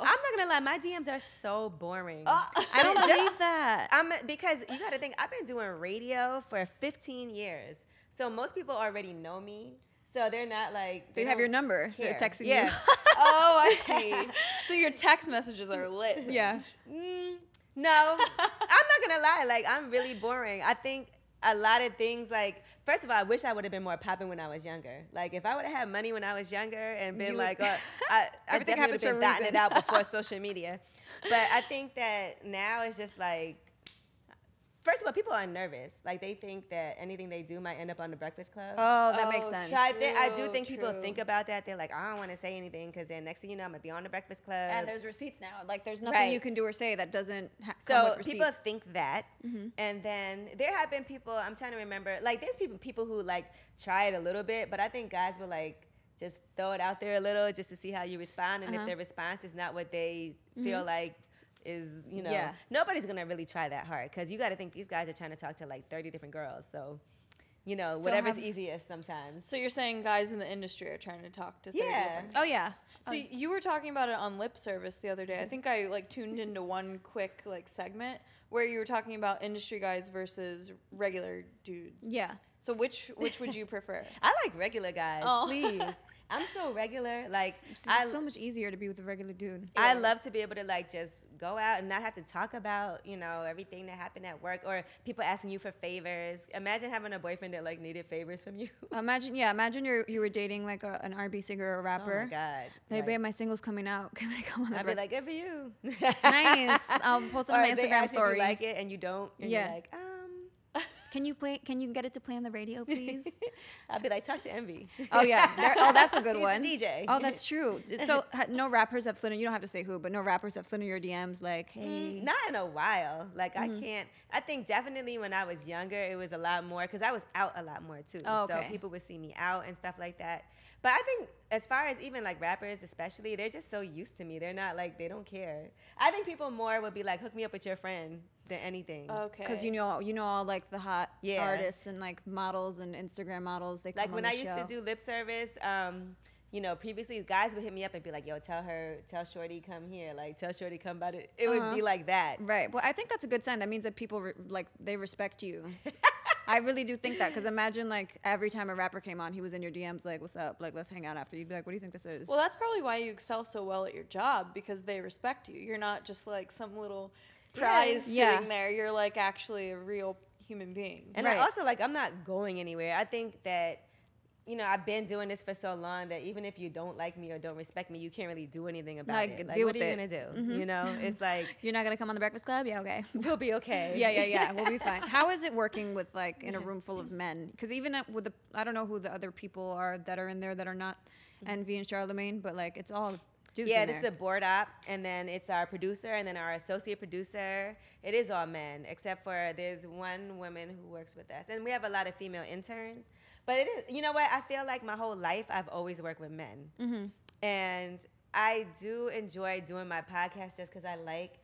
Speaker 1: I'm not gonna lie, my DMs are so boring.
Speaker 4: I don't believe that.
Speaker 1: I'm because you got to think I've been doing radio for 15 years, so most people already know me, so they're not like
Speaker 4: They have
Speaker 1: don't
Speaker 4: your number. They're
Speaker 1: care.
Speaker 4: texting
Speaker 1: yeah.
Speaker 5: oh, I see. So your text messages are lit.
Speaker 4: you. yeah.
Speaker 1: Mm, no, I'm not gonna lie. Like I'm really boring. I think a lot of things. Like first of all, I wish I would have been more popping when I was younger. Like if I would have had money when I was younger and been
Speaker 4: You would-
Speaker 1: like, uh, I, I
Speaker 4: Everything
Speaker 1: definitely would have
Speaker 4: happens for a
Speaker 1: been dotting it
Speaker 4: reason.
Speaker 1: out before social media. But I think that now it's just like. First of all, people are nervous. Like they think that anything they do might end up on the Breakfast Club.
Speaker 4: Oh, that makes
Speaker 5: Oh,
Speaker 4: sense.
Speaker 1: so I, thi- I do
Speaker 5: true,
Speaker 1: think people
Speaker 5: true.
Speaker 1: think about that. They're like, I don't want to say anything because then next thing you know, I'm gonna be on the Breakfast Club.
Speaker 4: And there's receipts now. Like there's nothing
Speaker 1: Right.
Speaker 4: you can do or say that doesn't ha- come
Speaker 1: So
Speaker 4: with receipts. Mm-hmm.
Speaker 1: people think that, and then there have been people. I'm trying to remember. Like there's people people who like try it a little bit, but I think guys will like just throw it out there a little just to see how you respond, and if
Speaker 4: Uh-huh. Mm-hmm.
Speaker 1: their response is not what they feel like is, you know,
Speaker 4: Yeah.
Speaker 1: nobody's gonna really try that hard because you got to think these guys are trying to talk to like 30 different girls, so you know
Speaker 4: So
Speaker 1: whatever's
Speaker 4: have-
Speaker 1: easiest sometimes.
Speaker 5: So you're saying guys in the industry are trying to talk to 30
Speaker 1: Yeah.
Speaker 5: different
Speaker 4: oh yeah.
Speaker 5: So you were talking about it on lip service the other day. I think I like tuned into one quick like segment where you were talking about industry guys versus regular dudes.
Speaker 4: Yeah.
Speaker 5: So which which would you prefer?
Speaker 1: I like regular guys,
Speaker 5: Oh.
Speaker 1: please. I'm so regular. Like
Speaker 4: It's
Speaker 1: I
Speaker 4: so much easier to be with a regular dude.
Speaker 1: I love to be able to like just go out and not have to talk about you know everything that happened at work or people asking you for favors. Imagine having a boyfriend that like needed favors from you.
Speaker 4: Imagine, yeah, imagine you you were dating like a, an R&B singer or a
Speaker 1: Oh my
Speaker 4: rapper.
Speaker 1: god!
Speaker 4: Hey
Speaker 1: Like,
Speaker 4: babe, my single's coming out. Can I come on the
Speaker 1: I'd be
Speaker 4: break?
Speaker 1: like, good for you.
Speaker 4: Nice. I'll post it on
Speaker 1: Or
Speaker 4: my
Speaker 1: if they
Speaker 4: Instagram
Speaker 1: ask you if
Speaker 4: story.
Speaker 1: You like it and you don't. And yeah.
Speaker 4: Yeah.
Speaker 1: You're like, um,
Speaker 4: Can you play? Can you get it to play on the radio, please?
Speaker 1: I'd be like, talk to Envy.
Speaker 4: oh yeah. There- oh, that's a
Speaker 1: He's
Speaker 4: good
Speaker 1: the
Speaker 4: one.
Speaker 1: DJ.
Speaker 4: Oh, that's true. So ha- no rappers have slid in. You don't have to say who, but no rappers have slid in your DMs like, hey.
Speaker 1: Mm,
Speaker 4: Mm-hmm.
Speaker 1: Not in a while. Like I can't. I think definitely when I was younger, it was a lot more because I was out a lot more too.
Speaker 4: Oh, okay.
Speaker 1: So people would see me out and stuff like that. But I think as far as even like rappers, especially, they're just so used to me. They're not like they don't care. I think people more would be like, hook me up with your friend than anything.
Speaker 5: Okay.
Speaker 4: Because you know, you know all like the hot
Speaker 1: Yeah.
Speaker 4: artists and like models and Instagram models. They
Speaker 1: like
Speaker 4: come
Speaker 1: when
Speaker 4: on
Speaker 1: I
Speaker 4: the
Speaker 1: used
Speaker 4: show.
Speaker 1: to do lip service. Um, you know, previously guys would hit me up and be like, "Yo, tell her, tell Shorty come here. Like, tell Shorty come by." The, it would
Speaker 4: Uh-huh.
Speaker 1: be like that.
Speaker 4: Right. Well, I think that's a good sign. That means that people re- like they respect you. I really do think that because imagine like every time a rapper came on, he was in your DMs like, "What's up? Like, let's hang out after." You'd be like, "What do you think this is?"
Speaker 5: well, that's probably why you excel so well at your job because they respect you. You're not just like some little prize
Speaker 4: Yeah.
Speaker 5: sitting there. You're like actually a real human being.
Speaker 1: And
Speaker 4: Right.
Speaker 1: I also like I'm not going anywhere. I think that you know I've been doing this for so long that even if you don't like me or don't respect me, you can't really do anything about
Speaker 4: Like,
Speaker 1: it. Like
Speaker 4: deal
Speaker 1: what
Speaker 4: with
Speaker 1: are you
Speaker 4: it. Mm-hmm.
Speaker 1: gonna do? You know, it's like
Speaker 4: You're not gonna come on the Breakfast Club? Yeah, okay.
Speaker 1: we'll be okay.
Speaker 4: Yeah, yeah, yeah. We'll be fine. How is it working with like in a room full of men? Because even at- with the, I don't know who the other people are that are in there that are not Envy and Charlemagne, but like it's all dudes.
Speaker 1: Mm-hmm. yeah,
Speaker 4: in
Speaker 1: this is
Speaker 4: there.
Speaker 1: a board op, and then it's our producer, and then our associate producer. It is all men, except for there's one woman who works with us, and we have a lot of female interns. But it is, you know what? I feel like my whole life I've always worked with men,
Speaker 4: Mm-hmm.
Speaker 1: and I do enjoy doing my podcast just because I like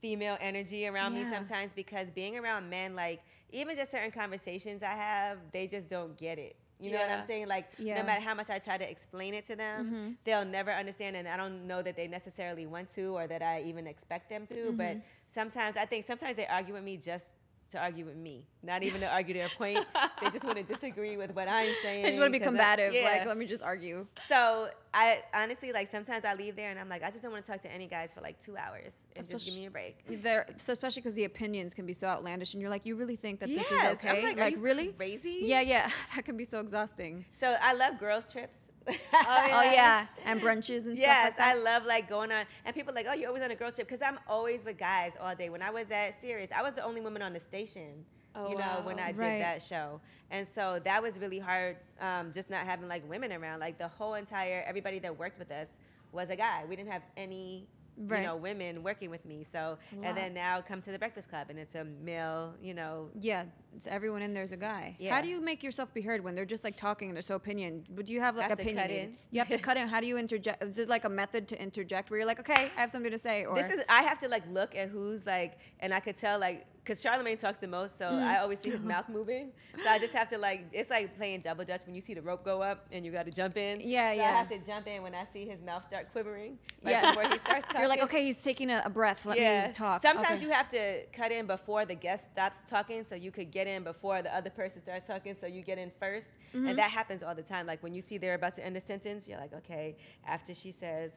Speaker 1: female energy around me
Speaker 4: Yeah.
Speaker 1: sometimes because being around men like even just certain conversations i have they just don't get it you know what
Speaker 5: Yeah.
Speaker 1: i'm saying like
Speaker 4: Yeah. Mm-hmm.
Speaker 1: no matter how much i try to explain it to them they'll never understand and i don't know that they necessarily want to or that i even expect them to
Speaker 4: Mm-hmm.
Speaker 1: but sometimes i think sometimes they argue with me just to argue with me not even to argue their point they just want to disagree with what i'm saying
Speaker 4: I just want to be
Speaker 1: 'cause I-
Speaker 4: combative.
Speaker 1: yeah.
Speaker 4: Like, let me just argue.
Speaker 1: So I honestly like sometimes I leave there and I'm like I just don't want to talk to any guys for like two hours and just give
Speaker 4: Especi-
Speaker 1: me a break.
Speaker 4: There, so especially because the opinions can be so outlandish, and you're like, you really think that this is
Speaker 1: Yes.
Speaker 4: okay?
Speaker 1: I'm like, are you
Speaker 4: really?
Speaker 1: crazy?
Speaker 4: Yeah, yeah. That can be so exhausting.
Speaker 1: So I love girls trips. oh
Speaker 4: Oh yeah, and brunches and
Speaker 1: Yes,
Speaker 4: stuff like
Speaker 1: I love like going on, and people like, oh, you're always on a girl trip because I'm always with guys all day. When I was at Sirius, I was the only woman on the station.
Speaker 5: Oh,
Speaker 1: you know,
Speaker 5: wow.
Speaker 1: when I did
Speaker 4: Right.
Speaker 1: that show, and so that was really hard. Um, just not having like women around, like the whole entire everybody that worked with us was a guy. We didn't have any.
Speaker 4: Right.
Speaker 1: You know, women working with me. So,
Speaker 4: a lot.
Speaker 1: and then now come to the Breakfast Club, and it's a male, you know,
Speaker 4: that. Yeah, it's everyone in there's a guy.
Speaker 1: Yeah.
Speaker 4: How do you make yourself be heard when they're just like talking and they're so opinion? But do you have like
Speaker 1: have to cut
Speaker 4: opinion?
Speaker 1: in.
Speaker 4: You have to cut in. How do you interject? Is it like a method to interject where you're like, okay, I have something to say, or
Speaker 1: This is I have to like look at who's like, and I could tell like, cause Charlemagne talks the most, so I
Speaker 4: Mm.
Speaker 1: always see his mouth moving. So I just have to like, it's like playing double dutch when you see the rope go up and you got to jump in.
Speaker 4: Yeah,
Speaker 1: so I
Speaker 4: yeah.
Speaker 1: have to jump in when I see his mouth start quivering. Like
Speaker 4: Yeah.
Speaker 1: Before he starts talking.
Speaker 4: you're like, okay, he's taking a, a breath. Let
Speaker 1: yeah.
Speaker 4: me talk.
Speaker 1: Sometimes
Speaker 4: Okay.
Speaker 1: you have to cut in before the guest stops talking, so you could get in before the other person starts talking, so you get in 1st And that happens all the time. Like when you see they're about to end a sentence, you're like, okay, after she says,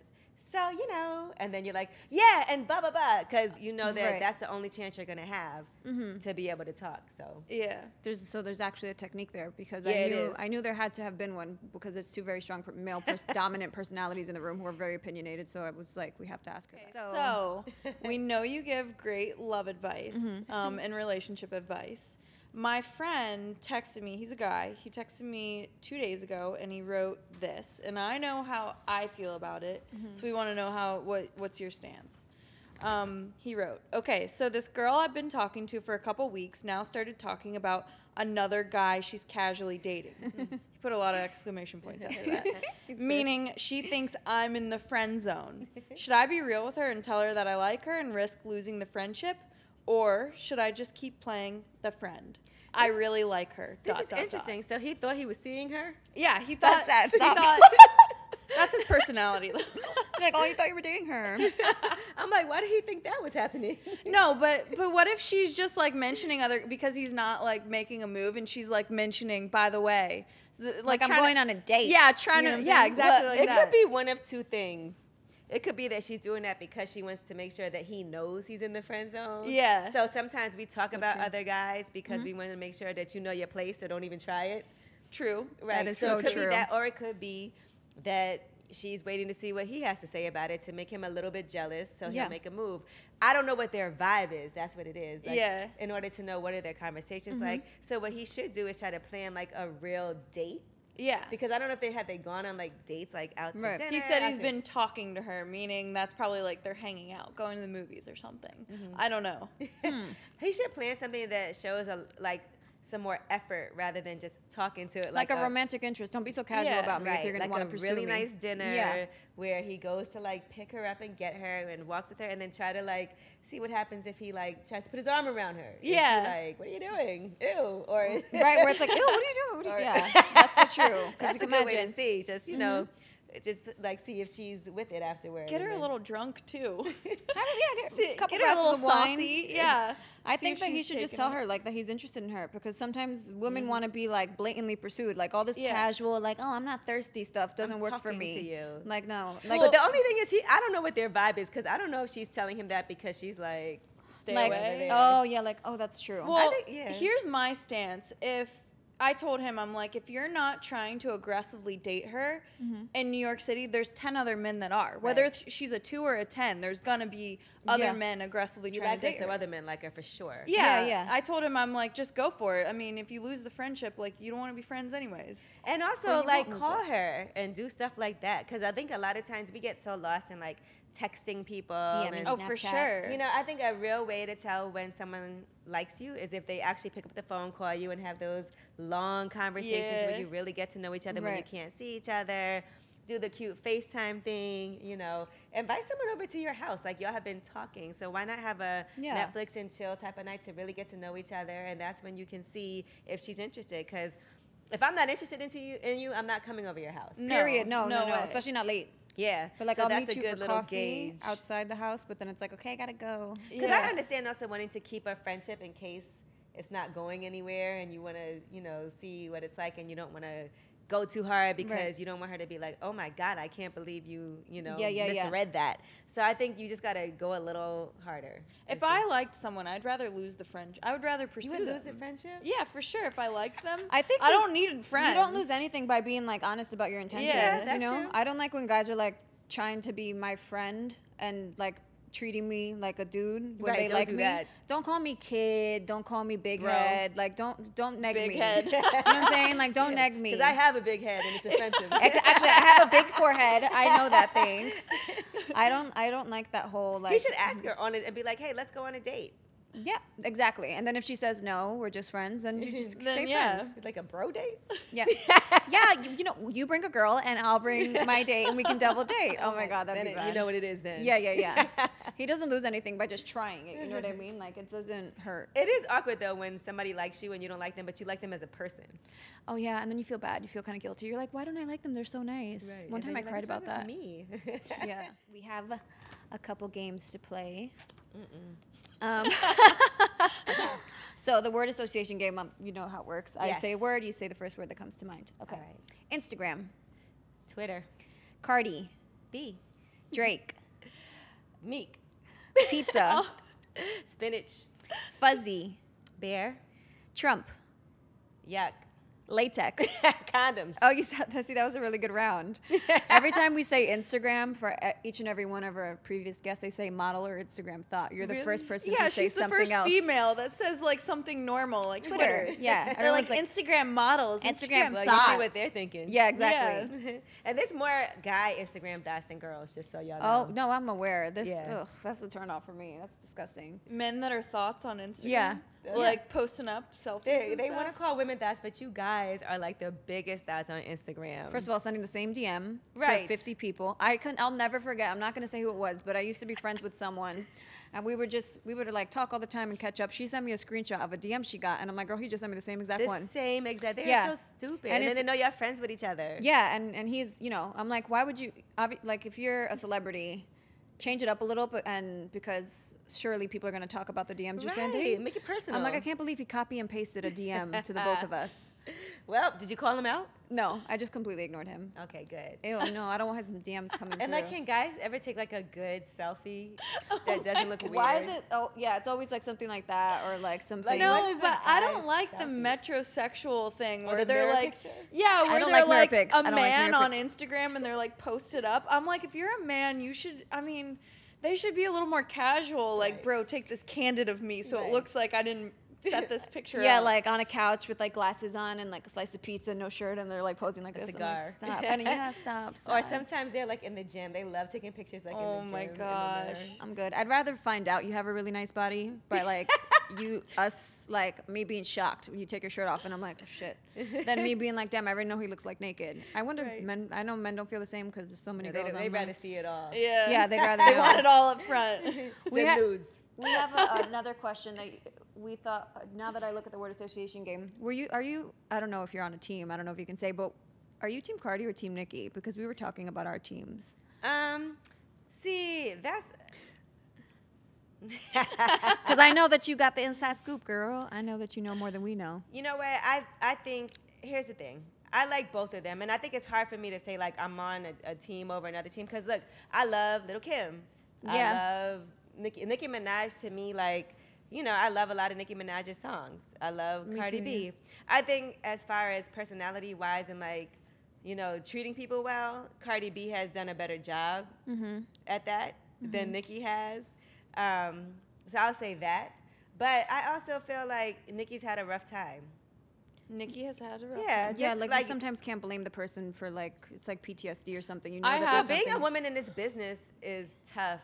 Speaker 1: so you know, and then you're like, yeah, and blah blah blah, because you know that
Speaker 4: Right.
Speaker 1: that's the only chance you're gonna have to be able to talk. So
Speaker 5: Yeah.
Speaker 4: There's so there's actually a technique there because
Speaker 1: Yeah,
Speaker 4: I
Speaker 1: it
Speaker 4: knew
Speaker 1: is.
Speaker 4: I knew there had to have been one because it's two very strong per- male pers- dominant personalities in the room who are very opinionated. So I was like, we have to ask her. that.
Speaker 5: So, we know you give great love advice um, and relationship advice. My friend texted me, he's a guy, he texted me two days ago and he wrote this. And I know how I feel about it, so we want to know how what, what's your stance. Um, he wrote, okay, so this girl I've been talking to for a couple weeks now started talking about another guy she's casually dating. he put a lot of exclamation points after that. Meaning she thinks I'm in the friend zone. Should I be real with her and tell her that I like her and risk losing the friendship? Or should I just keep playing the friend? I really like her.
Speaker 1: this
Speaker 5: dot,
Speaker 1: is
Speaker 5: dot, dot.
Speaker 1: interesting. So he thought he was seeing her.
Speaker 5: Yeah, he thought
Speaker 4: That's sad.
Speaker 5: He
Speaker 4: Stop.
Speaker 5: thought, that's his personality.
Speaker 4: like, oh, you thought you were dating her.
Speaker 1: I'm like, why did he think that was happening?
Speaker 5: No, but but what if she's just like mentioning other because he's not like making a move and she's like mentioning by the way, th-
Speaker 4: Like, I'm
Speaker 5: trying
Speaker 4: going on a date.
Speaker 5: Yeah, trying
Speaker 4: You know
Speaker 5: to.
Speaker 4: what I'm
Speaker 5: Yeah,
Speaker 4: saying?
Speaker 5: exactly.
Speaker 1: Look,
Speaker 5: like
Speaker 1: it
Speaker 5: that.
Speaker 1: could be one of two things. It could be that she's doing that because she wants to make sure that he knows he's in the friend zone.
Speaker 5: Yeah.
Speaker 1: So sometimes we talk about
Speaker 4: true.
Speaker 1: other guys because we want to make sure that you know your place, so don't even try it.
Speaker 5: true.
Speaker 1: Right.
Speaker 4: is
Speaker 1: it
Speaker 4: so
Speaker 1: could
Speaker 4: true.
Speaker 1: Be that, or it could be that she's waiting to see what he has to say about it to make him a little bit jealous, so
Speaker 4: Yeah.
Speaker 1: he'll make a move. I don't know what their vibe is. That's what it is. Like,
Speaker 5: Yeah.
Speaker 1: In order to know what are their conversations like, so what he should do is try to plan like a real date.
Speaker 5: Yeah.
Speaker 1: Because I don't know if they had they gone on like dates like out to
Speaker 4: Right.
Speaker 1: dinner.
Speaker 5: He said
Speaker 1: out
Speaker 5: he's
Speaker 1: to-
Speaker 5: been talking to her, meaning that's probably like they're hanging out, going to the movies or something.
Speaker 4: Mm-hmm.
Speaker 5: I don't know.
Speaker 4: hmm.
Speaker 1: He should plan something that shows a like some more effort rather than just talking to it
Speaker 4: like,
Speaker 1: like,
Speaker 4: a, romantic interest. Don't be so casual
Speaker 5: Yeah,
Speaker 4: about me
Speaker 1: Right,
Speaker 4: if you're gonna
Speaker 1: like
Speaker 4: want
Speaker 1: a
Speaker 4: to pursue
Speaker 1: really
Speaker 4: me.
Speaker 1: nice dinner
Speaker 4: Yeah.
Speaker 1: where he goes to like pick her up and get her and walks with her and then try to like see what happens if he like tries to put his arm around her. If she,
Speaker 5: Yeah.
Speaker 1: like what are you doing? Ew. Or
Speaker 4: right where it's like, ew, what are you doing? What are
Speaker 1: Or-
Speaker 4: you, yeah, that's so true. Because
Speaker 1: That's a
Speaker 4: you can
Speaker 1: good way
Speaker 4: imagine. Mm-hmm.
Speaker 1: to see. Just you know, just like see if she's with it afterwards.
Speaker 5: Get her
Speaker 1: and
Speaker 5: a
Speaker 1: then-
Speaker 5: little drunk too.
Speaker 4: yeah, get-
Speaker 5: See-
Speaker 4: couple
Speaker 5: get her a
Speaker 4: glasses
Speaker 5: little
Speaker 4: of wine.
Speaker 5: saucy. Yeah.
Speaker 4: I
Speaker 5: See
Speaker 4: think
Speaker 5: if
Speaker 4: that he
Speaker 5: she's
Speaker 4: should just
Speaker 5: taking
Speaker 4: tell
Speaker 5: it.
Speaker 4: her like that he's interested in her because sometimes women want to be like blatantly pursued, like all this
Speaker 5: Yeah.
Speaker 4: casual, like oh I'm not thirsty stuff doesn't work for
Speaker 1: talking
Speaker 4: me.
Speaker 1: to you.
Speaker 4: Like no, like
Speaker 1: Like, but the only thing is, he I don't know what their vibe is because I don't know if she's telling him that because she's like,
Speaker 5: Stay
Speaker 4: like
Speaker 5: away.
Speaker 4: oh yeah, like oh that's true.
Speaker 5: Well,
Speaker 1: think- yeah.
Speaker 5: here's my stance. If I told him, I'm like, if you're not trying to aggressively date her in New York City, there's 10 other men that are. Whether
Speaker 1: Right.
Speaker 5: it's- she's a two or a 10, there's gonna be other
Speaker 4: Yeah.
Speaker 5: men aggressively
Speaker 1: You
Speaker 5: trying
Speaker 1: like
Speaker 5: to
Speaker 1: her,
Speaker 5: date
Speaker 1: so
Speaker 5: her.
Speaker 1: other men like her for sure.
Speaker 5: yeah,
Speaker 4: Yeah,
Speaker 5: yeah.
Speaker 4: yeah.
Speaker 5: I told him, I'm like, just go for it. I mean, if you lose the friendship, like, you don't wanna be friends anyways.
Speaker 1: And also,
Speaker 4: Or you
Speaker 1: like,
Speaker 4: won't lose
Speaker 1: call her and do stuff like that. Because I think a lot of times we get so lost in, like, texting people.
Speaker 4: DMing,
Speaker 1: and
Speaker 5: Oh, for
Speaker 4: Snapchat.
Speaker 5: sure.
Speaker 1: You know, I think a real way to tell when someone likes you is if they actually pick up the phone, call you, and have those long conversations where
Speaker 5: Yeah.
Speaker 1: you really get to know each other when you
Speaker 4: Right.
Speaker 1: can't see each other. Do the cute FaceTime thing, you know. Invite someone over to your house. Like, y'all have been talking. So, why not have a
Speaker 4: Yeah.
Speaker 1: Netflix and chill type of night to really get to know each other? And that's when you can see if she's interested. Because if I'm not interested into you, in you, I'm not coming over your house.
Speaker 5: No,
Speaker 4: Period. No, no,
Speaker 5: no
Speaker 4: no,
Speaker 5: way.
Speaker 4: especially not late.
Speaker 1: Yeah.
Speaker 4: But like
Speaker 1: so
Speaker 4: I'll
Speaker 1: that's
Speaker 4: meet
Speaker 1: a
Speaker 4: you
Speaker 1: good
Speaker 4: for
Speaker 1: little
Speaker 4: coffee
Speaker 1: gauge.
Speaker 4: outside the house, but then it's like, okay, I gotta go.
Speaker 1: Because
Speaker 5: Yeah.
Speaker 1: I understand also wanting to keep a friendship in case it's not going anywhere and you want to, you know, see what it's like and you don't want to go too hard because
Speaker 4: Right.
Speaker 1: you don't want her to be like, oh my God, I can't believe you, you know,
Speaker 4: Yeah, yeah, yeah.
Speaker 1: misread that. So I think you just got to go a little harder.
Speaker 5: If
Speaker 1: and see.
Speaker 5: I liked someone, I'd rather lose the friendship. I would rather pursue
Speaker 1: You would
Speaker 5: them.
Speaker 1: lose the friendship?
Speaker 5: Yeah, for sure. If I liked them,
Speaker 4: I think
Speaker 5: I
Speaker 4: you-
Speaker 5: don't need friends.
Speaker 4: You don't lose anything by being like honest about your intentions.
Speaker 5: Yeah,
Speaker 1: that's
Speaker 4: you know,
Speaker 1: true.
Speaker 4: I don't like when guys are like trying to be my friend and like treating me like a dude when
Speaker 1: Right,
Speaker 4: they
Speaker 1: don't
Speaker 4: like
Speaker 1: do
Speaker 4: me.
Speaker 1: that.
Speaker 4: Don't call me kid. Don't call me big
Speaker 5: Bro.
Speaker 4: head. Like don't don't neg
Speaker 5: Big
Speaker 4: me.
Speaker 5: head.
Speaker 4: you know what I'm saying? Like don't neg me.
Speaker 1: Because I have a big head and it's offensive.
Speaker 4: Act- Actually, I have a big forehead. I know that. Thanks. I don't. I don't like that whole like.
Speaker 1: you should ask her on it and be like, hey, let's go on a date.
Speaker 4: Yeah, exactly. And then if she says no, we're just friends, then you just
Speaker 5: Then,
Speaker 4: stay
Speaker 5: yeah.
Speaker 4: friends.
Speaker 1: Like a bro date?
Speaker 4: Yeah. yeah, you, you know, you bring a girl and I'll bring my date and we can double date. Oh my god, that'd
Speaker 1: Then
Speaker 4: be
Speaker 1: it-
Speaker 4: bad.
Speaker 1: you know what it is then.
Speaker 4: yeah, yeah, yeah. he doesn't lose anything by just trying it. You know what I mean? Like it doesn't hurt.
Speaker 1: It is awkward though when somebody likes you and you don't like them, but you like them as a person.
Speaker 4: Oh yeah, and then you feel bad. You feel kind of guilty. You're like, why don't I like them? They're so nice. One
Speaker 1: And
Speaker 4: time I
Speaker 1: then
Speaker 4: cried
Speaker 1: you're like, "It's not
Speaker 4: about that.
Speaker 1: Me.
Speaker 4: yeah, we have a couple games to play. Um, so the word association game, um, you know how it works. I say a
Speaker 1: Yes.
Speaker 4: word, you say the first word that comes to mind. Okay.
Speaker 1: right.
Speaker 4: Instagram,
Speaker 1: Twitter.
Speaker 4: Cardi,
Speaker 1: B.
Speaker 4: Drake,
Speaker 1: Meek.
Speaker 4: pizza,
Speaker 1: Oh. Spinach.
Speaker 4: fuzzy,
Speaker 1: Bear.
Speaker 4: Trump,
Speaker 1: Yuck.
Speaker 4: latex.
Speaker 1: Condoms.
Speaker 4: Oh, you said that. See, that was a really good round. every time we say Instagram for e- each and every one of our previous guests, they say model or Instagram thought. You're the first person
Speaker 5: yeah,
Speaker 4: to say
Speaker 5: she's the
Speaker 4: something
Speaker 5: first
Speaker 4: else.
Speaker 5: female that says like something normal, like Twitter.
Speaker 4: Twitter. Yeah,
Speaker 5: They're like,
Speaker 4: everyone's like,
Speaker 5: Instagram models.
Speaker 1: well,
Speaker 4: Instagram
Speaker 1: you see
Speaker 4: thoughts.
Speaker 1: what they're thinking.
Speaker 4: Yeah, exactly.
Speaker 5: Yeah.
Speaker 1: and there's more guy Instagram thoughts than girls, just so y'all know.
Speaker 4: Oh no, I'm aware. This
Speaker 1: Yeah.
Speaker 4: ugh, that's a turn off for me. That's disgusting.
Speaker 5: men that are thoughts on Instagram.
Speaker 4: Yeah.
Speaker 5: like posting up selfies.
Speaker 1: They,
Speaker 5: and
Speaker 1: they
Speaker 5: stuff.
Speaker 1: want to call women thoughts, but you guys are like the biggest thoughts on Instagram.
Speaker 4: First of all, sending the same DM
Speaker 5: Right.
Speaker 4: to 50 people. I can I'll never forget. I'm not gonna say who it was, but I used to be friends with someone, and we were just we would like talk all the time and catch up. She sent me a screenshot of a DM she got, and I'm like, girl, he just sent me the same exact
Speaker 1: the
Speaker 4: one.
Speaker 1: same exact. They're
Speaker 4: Yeah.
Speaker 1: so stupid.
Speaker 4: And
Speaker 1: And, then
Speaker 4: it's-
Speaker 1: they know y'all friends with each other.
Speaker 4: Yeah, and and he's you know I'm like, why would you obvi- like if you're a celebrity, change it up a little, but and because surely people are gonna talk about the DMs you
Speaker 1: Right.
Speaker 4: sent. sending.
Speaker 1: Make it personal.
Speaker 4: I'm like, I can't believe he copy and pasted a DM to the both of us.
Speaker 1: Well, did you call them out?
Speaker 4: No, I just completely ignored him.
Speaker 1: Okay, good.
Speaker 4: Ew, no, I don't want his DMs coming
Speaker 1: And
Speaker 4: through.
Speaker 1: like, can guys ever take like a good selfie that doesn't look weird?
Speaker 4: Why is it? Oh, yeah, it's always like something like that or like something.
Speaker 1: what
Speaker 5: No,
Speaker 1: is a
Speaker 5: but I
Speaker 1: guy's
Speaker 5: don't like the
Speaker 1: selfie?
Speaker 5: metrosexual thing where
Speaker 1: the
Speaker 5: they're
Speaker 1: mirror
Speaker 5: like,
Speaker 1: picture?
Speaker 5: yeah, where
Speaker 4: don't
Speaker 5: they're
Speaker 4: like mirror
Speaker 5: like,
Speaker 4: pics.
Speaker 5: a
Speaker 4: I don't like
Speaker 5: man
Speaker 4: mirror
Speaker 5: on Instagram and they're like posted up. I'm like, if you're a man, you should. I mean, they should be a little more casual. Like,
Speaker 1: Right.
Speaker 5: bro, take this candid of me so
Speaker 1: Right.
Speaker 5: it looks like I didn't set this picture.
Speaker 4: yeah,
Speaker 5: up.
Speaker 4: like on a couch with like glasses on and like a slice of pizza, no shirt, and they're like posing like
Speaker 1: A
Speaker 4: this.
Speaker 1: cigar.
Speaker 4: I'm like, stop. And yeah, stop.
Speaker 1: Or
Speaker 4: stop.
Speaker 1: sometimes they're like in the gym. They love taking pictures like
Speaker 5: Oh
Speaker 1: in the gym.
Speaker 5: my
Speaker 1: in the mirror.
Speaker 5: gosh.
Speaker 4: I'm good. I'd rather find out you have a really nice body by like you us like me being shocked when you take your shirt off and I'm like oh, shit. Than me being like damn I already know he looks like naked. I wonder if
Speaker 1: Right.
Speaker 4: men I know men don't feel the same because there's so many
Speaker 1: Yeah,
Speaker 4: girls.
Speaker 1: they
Speaker 4: online.
Speaker 1: they rather see it all.
Speaker 5: yeah,
Speaker 4: yeah, they rather
Speaker 5: they
Speaker 4: know.
Speaker 5: want it all up front.
Speaker 4: We
Speaker 1: We
Speaker 4: ha-
Speaker 1: nudes.
Speaker 4: We have a, another question that we thought. Now that I look at the word association game, were you? Are you? I don't know if you're on a team. I don't know if you can say, but are you Team Cardi or Team Nikki? Because we were talking about our teams.
Speaker 1: Um, see, that's.
Speaker 4: Because I know that you got the inside scoop, girl. I know that you know more than we know.
Speaker 1: You know what? I I think here's the thing. I like both of them, and I think it's hard for me to say like I'm on a, a team over another team because look, I love Little Kim. I
Speaker 4: Yeah.
Speaker 1: love Nicki. Nicki Minaj to me like. you know, I love a lot of Nicki Minaj's songs. I love
Speaker 4: Me
Speaker 1: Cardi
Speaker 4: too,
Speaker 1: B. I think as far as personality wise and like, you know, treating people well, Cardi B has done a better job
Speaker 4: Mm-hmm.
Speaker 1: at that than Nicki has. Um, so I'll say that. But I also feel like Nicki's had a rough time.
Speaker 5: Nikki has had a rough
Speaker 1: Yeah, just
Speaker 4: yeah, like, you sometimes can't blame the person for like it's like PTSD or something. You know
Speaker 5: I
Speaker 4: that
Speaker 5: have-
Speaker 4: there's
Speaker 1: But being a
Speaker 4: something-
Speaker 1: woman in this business is tough,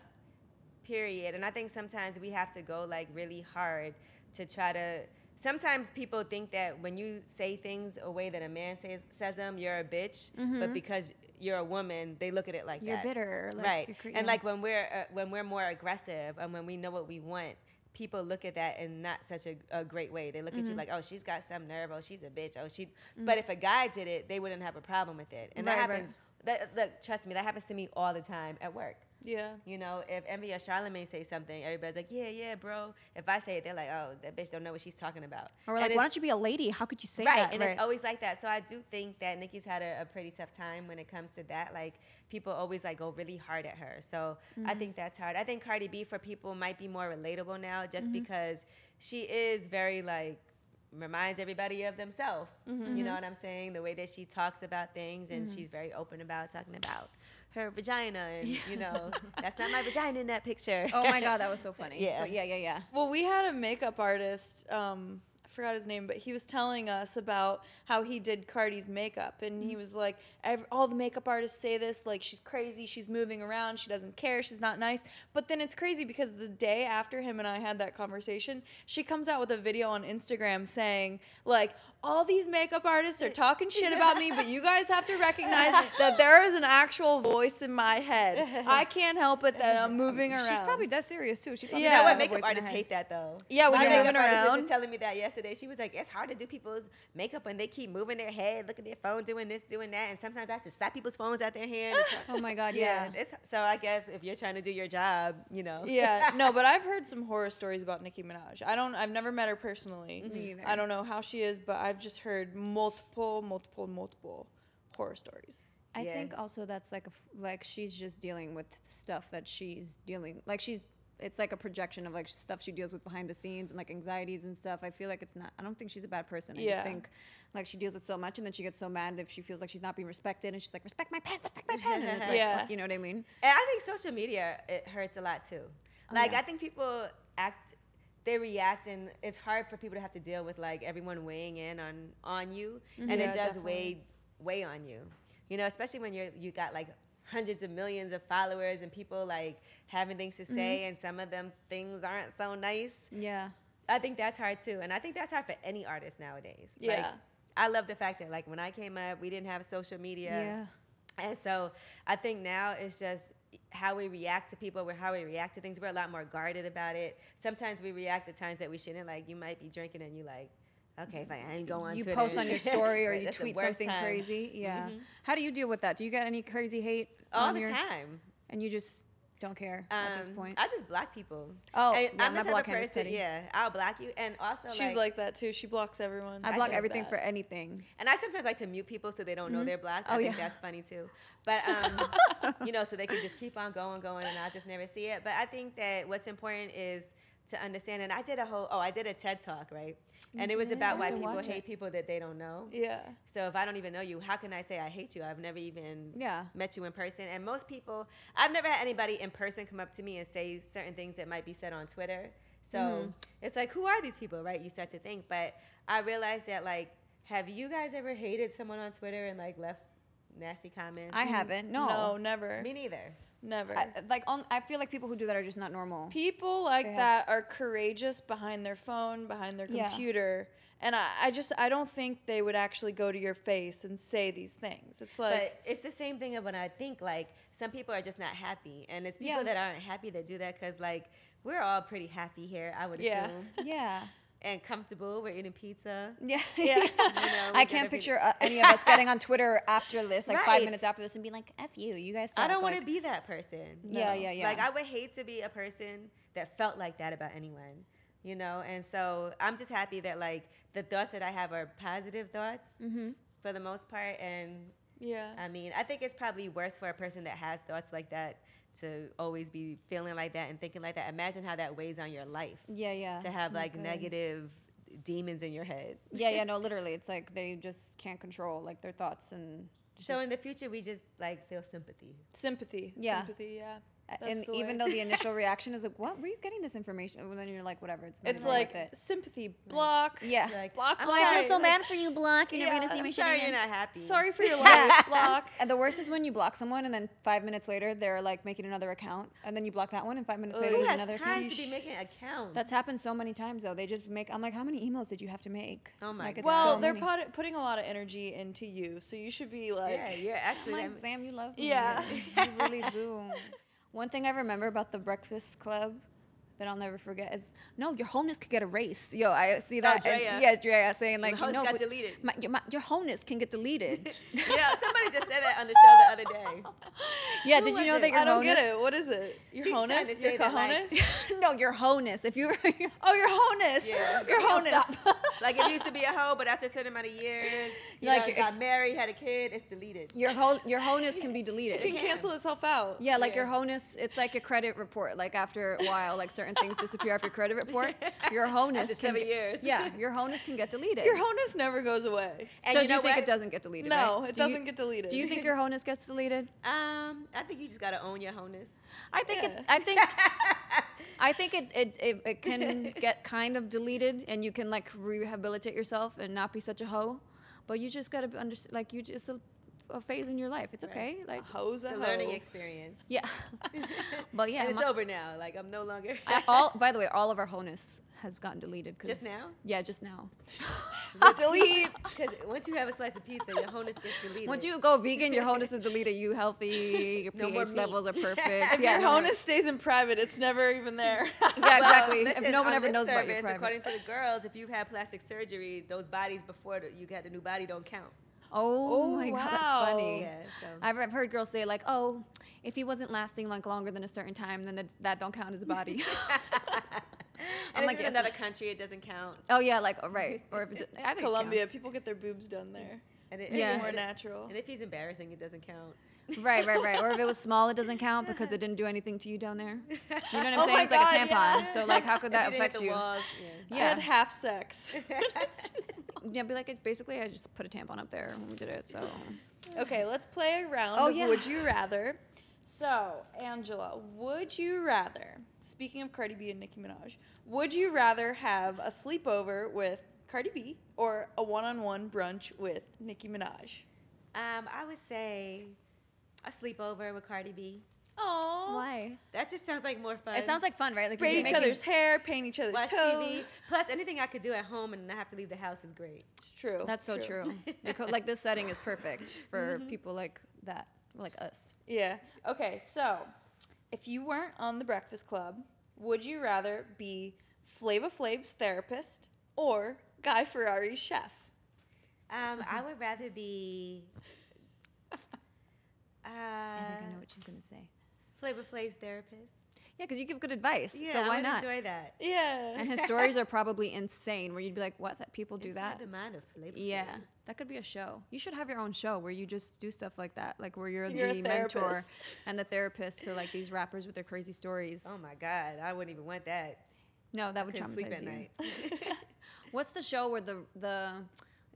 Speaker 1: period. And I think sometimes we have to go like really hard to try to. Sometimes people think that when you say things a way that a man says says them, you're a bitch. But because you're a woman, they look at it like
Speaker 4: Mm-hmm. You're
Speaker 1: that.
Speaker 4: bitter, like,
Speaker 1: right?
Speaker 4: you're cre-
Speaker 1: and
Speaker 4: yeah.
Speaker 1: like when we're uh, when we're more aggressive and when we know what we want. People look at that in not such a, a great way. They look
Speaker 4: Mm-hmm.
Speaker 1: at you like, "Oh, she's got some nerve. Oh, she's a bitch. Oh, she." But if a guy did it, they wouldn't have a problem with it, and
Speaker 4: Right,
Speaker 1: that
Speaker 4: right.
Speaker 1: happens that, look, trust me, that happens to me all the time at work.
Speaker 5: Yeah.
Speaker 1: You know, if Envy or Charlamagne say something, everybody's like, "Yeah, yeah, bro." If I say it, they're like, "Oh, that bitch don't know what she's talking about."
Speaker 4: Or we're like,
Speaker 1: And it's-
Speaker 4: why don't you be a lady? How could you say
Speaker 1: right?
Speaker 4: that?
Speaker 1: and it's always like that. So I do think that Nikki's had a, a pretty tough time when it comes to that. Like people always like go really hard at her. So
Speaker 4: Mm-hmm.
Speaker 1: I think that's hard. I think Cardi B for people might be more relatable now, just
Speaker 4: Mm-hmm.
Speaker 1: because she is very like reminds everybody of themselves.
Speaker 4: Mm-hmm.
Speaker 1: You know what I'm saying? The way that she talks about things, and she's very open about talking about her vagina, and you know that's not my vagina in that picture.
Speaker 4: oh my god, that was so funny.
Speaker 1: Yeah.
Speaker 4: But yeah, yeah, yeah.
Speaker 5: Well, we had a makeup artist. Um, I forgot his name, but he was telling us about how he did Cardi's makeup, and he was like, Ev "All the makeup artists say this. Like, she's crazy. She's moving around. She doesn't care. She's not nice." But then it's crazy because the day after him and I had that conversation, she comes out with a video on Instagram saying, "Like, all these makeup artists are talking shit about me, but you guys have to recognize that there is an actual voice in my head. I can't help it that I'm moving around."
Speaker 4: She's probably dead serious too. She probably
Speaker 5: Yeah.
Speaker 1: You know
Speaker 4: does
Speaker 1: what?
Speaker 4: have a
Speaker 1: Makeup
Speaker 4: voice in her
Speaker 1: artists
Speaker 4: head.
Speaker 1: hate that though.
Speaker 5: Yeah, when
Speaker 1: My
Speaker 5: you're
Speaker 1: makeup
Speaker 5: moving
Speaker 1: artist was
Speaker 5: around.
Speaker 1: just telling me that yesterday. She was like, "It's hard to do people's makeup when they keep moving their head, looking at their phone, doing this, doing that, and sometimes I have to slap people's phones out their hand." It's-
Speaker 4: Oh my god, yeah.
Speaker 1: It's, so I guess if you're trying to do your job, you know.
Speaker 5: yeah, no, but I've heard some horror stories about Nicki Minaj. I don't, I've never met her personally.
Speaker 4: Me either.
Speaker 5: I don't know how she is, but I've just heard multiple, multiple, multiple horror stories.
Speaker 4: I
Speaker 1: Yeah.
Speaker 4: think also that's like a f like she's just dealing with stuff that she's dealing like she's it's like a projection of like stuff she deals with behind the scenes and like anxieties and stuff. I feel like it's not. I don't think she's a bad person. I just
Speaker 5: Yeah.
Speaker 4: think like she deals with so much and then she gets so mad if she feels like she's not being respected and she's like respect my pen, respect my pen. And it's like,
Speaker 5: Yeah.
Speaker 4: you know what I mean?
Speaker 1: And I think social media it hurts a lot too. Like
Speaker 5: Oh,
Speaker 4: yeah.
Speaker 1: I think people act, they react, and it's hard for people to have to deal with like everyone weighing in on on you, and
Speaker 5: Mm-hmm. Yeah,
Speaker 1: it does
Speaker 5: definitely.
Speaker 1: weigh weigh on you. You know, especially when you're you got like hundreds of millions of followers and people like having things to say,
Speaker 5: Mm-hmm.
Speaker 1: and some of them things aren't so nice.
Speaker 4: Yeah.
Speaker 1: I think that's hard too, and I think that's hard for any artist nowadays. Like,
Speaker 5: Yeah.
Speaker 1: I love the fact that like when I came up, we didn't have social media.
Speaker 4: Yeah.
Speaker 1: And so I think now it's just how we react to people, we how we react to things. We're a lot more guarded about it. Sometimes we react at times that we shouldn't. Like you might be drinking and you like, okay, fine, I ain't go on.
Speaker 4: You
Speaker 1: Twitter."
Speaker 4: post on your story or
Speaker 1: Right,
Speaker 4: you
Speaker 1: that's the
Speaker 4: tweet
Speaker 1: worst
Speaker 4: something
Speaker 1: time. Mm-hmm.
Speaker 4: crazy. Yeah. How do you deal with that? Do you get any crazy hate
Speaker 1: all
Speaker 4: on
Speaker 1: the
Speaker 4: your-
Speaker 1: time.
Speaker 4: And you just don't care at this
Speaker 1: Um,
Speaker 4: point.
Speaker 1: I just block people.
Speaker 4: Oh,
Speaker 1: And
Speaker 4: yeah,
Speaker 1: I'm the
Speaker 4: my
Speaker 1: type of
Speaker 4: blockhead is
Speaker 1: person-
Speaker 4: petty.
Speaker 1: Yeah, I'll block you, and also
Speaker 5: She's like, that too. She blocks everyone.
Speaker 4: I
Speaker 1: I
Speaker 4: block
Speaker 1: get
Speaker 4: everything
Speaker 1: that.
Speaker 4: for anything.
Speaker 1: And I sometimes like to mute people so they don't know they're black.
Speaker 4: Oh,
Speaker 1: I think
Speaker 4: yeah.
Speaker 1: that's funny too. But um, you know, so they can just keep on going, going, and I'll just never see it. But I think that what's important is to understand. And I did a whole oh, I did a TED talk right, and it was
Speaker 4: did?
Speaker 1: about
Speaker 4: I
Speaker 1: why
Speaker 4: have to
Speaker 1: people
Speaker 4: watch
Speaker 1: hate
Speaker 4: it.
Speaker 1: people that they don't know.
Speaker 5: yeah.
Speaker 1: So if I don't even know you, how can I say I hate you? I've never even
Speaker 4: Yeah.
Speaker 1: met you in person. And most people, I've never had anybody in person come up to me and say certain things that might be said on Twitter. So it's like, who are these people, right? You start to think. But I realized that, like, have you guys ever hated someone on Twitter and, like, left nasty comments?
Speaker 4: I haven't. No.
Speaker 5: No, never.
Speaker 1: Me neither.
Speaker 5: Never.
Speaker 4: I, like on, I feel like people who do that are just not normal.
Speaker 5: People like
Speaker 4: They have-
Speaker 5: that are courageous behind their phone, behind their
Speaker 4: Yeah.
Speaker 5: computer. And I, I just, I don't think they would actually go to your face and say these things. It's like,
Speaker 1: but it's the same thing of when I think like some people are just not happy, and it's people
Speaker 4: Yeah.
Speaker 1: that aren't happy that do that because like we're all pretty happy here, I would
Speaker 5: Yeah.
Speaker 1: assume,
Speaker 4: Yeah.
Speaker 1: and comfortable. We're eating pizza.
Speaker 4: Yeah.
Speaker 5: yeah.
Speaker 1: know,
Speaker 4: I
Speaker 1: we
Speaker 4: can't
Speaker 1: gotta be-
Speaker 4: picture uh, any of us getting on Twitter after this, like five
Speaker 1: Right.
Speaker 4: minutes after this, and being like, "F you, you guys."
Speaker 1: I
Speaker 4: suck,"
Speaker 1: don't want
Speaker 4: like-
Speaker 1: to be that person.
Speaker 4: Yeah, yeah, yeah.
Speaker 1: Like I would hate to be a person that felt like that about anyone, you know. And so I'm just happy that like the thoughts that I have are positive thoughts
Speaker 4: Mm-hmm.
Speaker 1: for the most part. And
Speaker 5: yeah.
Speaker 1: I mean, I think it's probably worse for a person that has thoughts like that to always be feeling like that and thinking like that. Imagine how that weighs on your life
Speaker 4: Yeah, yeah.
Speaker 1: to
Speaker 4: it's
Speaker 1: have
Speaker 4: not
Speaker 1: like
Speaker 4: good.
Speaker 1: negative demons in your head.
Speaker 4: Yeah, yeah, no, literally. It's like they just can't control like their thoughts and it's
Speaker 1: So
Speaker 4: just-
Speaker 1: in the future, we just like feel sympathy.
Speaker 5: Sympathy.
Speaker 4: Yeah.
Speaker 5: Sympathy, yeah. that's
Speaker 4: uh, and
Speaker 5: the way.
Speaker 4: even though the initial reaction is like, "What? Where are you getting this information?" And then you're like, "Whatever." It's, nothing
Speaker 5: It's
Speaker 4: wrong
Speaker 5: like
Speaker 4: with it.
Speaker 5: sympathy block.
Speaker 4: yeah.
Speaker 1: Like,
Speaker 5: Block
Speaker 1: I'm
Speaker 5: Oh, I
Speaker 1: sorry.
Speaker 5: feel so
Speaker 1: like,
Speaker 4: for you, Block.
Speaker 5: You're never gonna see
Speaker 1: I'm sorry you're not happy.
Speaker 5: Sorry for your
Speaker 4: Yeah.
Speaker 5: life, block.
Speaker 4: And the worst is when you block someone, and then five minutes later they're like making another account, and then you block that one, and five minutes later
Speaker 1: Who
Speaker 4: there's
Speaker 1: has
Speaker 4: another
Speaker 1: time
Speaker 4: account.
Speaker 1: to be making accounts?
Speaker 4: That's happened so many times though. They just make. I'm like, how many emails did you have to make?
Speaker 1: Oh my
Speaker 4: Like, it's
Speaker 5: Well,
Speaker 4: so
Speaker 5: they're
Speaker 4: many.
Speaker 5: put, putting a lot of energy into you, so you should be like,
Speaker 1: yeah, yeah. Actually,
Speaker 4: Come
Speaker 1: I'm-
Speaker 4: on, Sam, you love me.
Speaker 5: Yeah.
Speaker 4: you really do. One thing I remember about the Breakfast Club that I'll never forget is no, your homeness could get erased. Yo, I see that. and-
Speaker 1: Oh, Drea.
Speaker 4: yeah, Drea saying like,
Speaker 1: host
Speaker 4: no,
Speaker 1: got
Speaker 4: but
Speaker 1: deleted.
Speaker 4: My, your, my, your homeness can get deleted.
Speaker 1: you know, somebody just said that on the show the other day.
Speaker 4: yeah,
Speaker 1: Who
Speaker 4: did you
Speaker 1: was
Speaker 4: know
Speaker 1: it?
Speaker 4: that your
Speaker 5: I don't
Speaker 4: homeness?
Speaker 5: get it. What is it? Your
Speaker 1: She's trying to
Speaker 5: honus? Your
Speaker 1: say that, like-
Speaker 5: cojones?
Speaker 4: no, your homeness. If you,
Speaker 5: oh, your honus.
Speaker 1: Yeah.
Speaker 5: Your honus.
Speaker 1: Like it used to be a hoe, but after a certain amount of years, you
Speaker 4: Like,
Speaker 1: like know,
Speaker 4: it-
Speaker 1: got married, had a kid, it's deleted.
Speaker 4: your whole your homeness can be
Speaker 5: It can
Speaker 4: deleted.
Speaker 5: cancel itself out.
Speaker 4: Yeah, like your homeness, it's like a credit report. Like after a while, like certain things disappear off your credit report. Your homeness
Speaker 1: After
Speaker 4: can
Speaker 1: seven
Speaker 4: get,
Speaker 1: years.
Speaker 4: Yeah, your homeness can get deleted.
Speaker 5: Your honus never goes away.
Speaker 1: And
Speaker 4: so
Speaker 1: you
Speaker 4: do you
Speaker 1: know
Speaker 4: think
Speaker 1: what?
Speaker 4: it doesn't get deleted?
Speaker 5: No,
Speaker 4: right?
Speaker 5: it
Speaker 4: Do you-
Speaker 5: doesn't get deleted.
Speaker 4: Do you think your honus gets deleted?
Speaker 1: Um, I think you just gotta own your wholeness.
Speaker 4: I think
Speaker 5: Yeah.
Speaker 4: it. I think. I think it, it, it, it can get kind of deleted, and you can like rehabilitate yourself and not be such a hoe. But you just gotta understand, like you just a, a phase in your life. It's
Speaker 1: Right.
Speaker 4: okay. Like
Speaker 5: hoes
Speaker 1: It's
Speaker 5: a
Speaker 1: a learning
Speaker 5: hoe.
Speaker 1: experience.
Speaker 4: yeah. but yeah,
Speaker 1: and it's
Speaker 4: my-
Speaker 1: over now. Like I'm no longer.
Speaker 4: I- all. By the way, all of our honus has gotten deleted. 'cause-
Speaker 1: Just now?
Speaker 4: Yeah, just now.
Speaker 1: delete. Because once you have a slice of pizza, your wholeness gets deleted.
Speaker 4: Once you go vegan, your honus is deleted. You healthy. Your
Speaker 1: No more
Speaker 4: pH
Speaker 1: meat.
Speaker 4: levels are perfect.
Speaker 1: If
Speaker 4: yeah,
Speaker 5: your
Speaker 4: no more-
Speaker 5: honus stays in private. It's never even there.
Speaker 4: Yeah,
Speaker 1: Well,
Speaker 4: exactly. if
Speaker 1: listen,
Speaker 4: no one
Speaker 1: on
Speaker 4: ever
Speaker 1: lip
Speaker 4: knows about your
Speaker 1: service,
Speaker 4: private.
Speaker 1: According to the girls, if you've had plastic surgery, those bodies before the, you got the new body don't count.
Speaker 4: Oh,
Speaker 5: Oh,
Speaker 4: my god, that's funny.
Speaker 1: Yeah. So.
Speaker 4: I've, I've heard girls say like, "Oh, if he wasn't lasting like longer than a certain time, then that, that don't count as a body."
Speaker 1: and
Speaker 4: like,
Speaker 1: if it's in
Speaker 4: yes.
Speaker 1: another country, it doesn't count.
Speaker 4: oh yeah, like oh, right. Or if it, I think it
Speaker 5: Colombia,
Speaker 4: counts.
Speaker 5: people get their boobs done there.
Speaker 1: And it,
Speaker 4: Yeah.
Speaker 5: It's more
Speaker 1: and, it-
Speaker 5: natural.
Speaker 1: and if he's embarrassing, it doesn't count.
Speaker 4: right, right, right. Or if it was small, it doesn't count because it didn't do anything to you down there. You know what I'm
Speaker 5: Oh
Speaker 4: saying?
Speaker 5: my
Speaker 4: It's like a
Speaker 5: God,
Speaker 4: tampon.
Speaker 5: yeah.
Speaker 4: So like, how could
Speaker 1: If
Speaker 4: that
Speaker 1: he didn't hit
Speaker 4: affect
Speaker 1: the
Speaker 4: you?
Speaker 1: walls,
Speaker 5: I had
Speaker 4: Yeah,
Speaker 5: half sex.
Speaker 4: yeah. Be like, it, basically, I just put a tampon up there when we did it. So
Speaker 5: Okay, let's play a round
Speaker 4: Oh,
Speaker 5: of
Speaker 4: yeah.
Speaker 5: Would You Rather. So, Angela, would you rather, speaking of Cardi B and Nicki Minaj, would you rather have a sleepover with Cardi B or a one on one brunch with Nicki Minaj?
Speaker 1: yeah. Um, I would say a sleepover with Cardi B.
Speaker 5: Oh,
Speaker 4: why?
Speaker 1: That just sounds like more fun.
Speaker 4: It sounds like fun, right? Like you
Speaker 5: braid
Speaker 4: can
Speaker 5: each
Speaker 4: make-
Speaker 5: other's hair, paint each other's
Speaker 1: watch TV.
Speaker 5: toes.
Speaker 1: Plus, anything I could do at home and not have to leave the house is great.
Speaker 5: It's true.
Speaker 4: That's so true. Because, like this setting is perfect for people like that, like us.
Speaker 5: Yeah. Okay, so if you weren't on the Breakfast Club, would you rather be Flava Flav's therapist or Guy Ferrari's chef?
Speaker 1: Um, I would rather be. Uh,
Speaker 4: I think I know what she's gonna say.
Speaker 1: Flavor Flav's therapist.
Speaker 4: Yeah, because you give good advice.
Speaker 1: Yeah,
Speaker 4: so
Speaker 1: I
Speaker 4: why
Speaker 1: would
Speaker 4: not?
Speaker 1: enjoy that?
Speaker 5: Yeah.
Speaker 4: and his stories are probably insane, where you'd be like, "What? That people do
Speaker 1: Inside
Speaker 4: that?
Speaker 1: The mind of Flavor Flav.
Speaker 4: yeah, that could be a show. You should have your own show where you just do stuff like that, like where you're,
Speaker 5: You're a
Speaker 4: the mentor
Speaker 5: therapist.
Speaker 4: and the therapist to like these rappers with their crazy stories.
Speaker 1: Oh my God, I wouldn't even want that.
Speaker 4: no, that would
Speaker 1: Couldn't sleep
Speaker 4: traumatize
Speaker 1: at
Speaker 4: you.
Speaker 1: night.
Speaker 4: What's the show where the the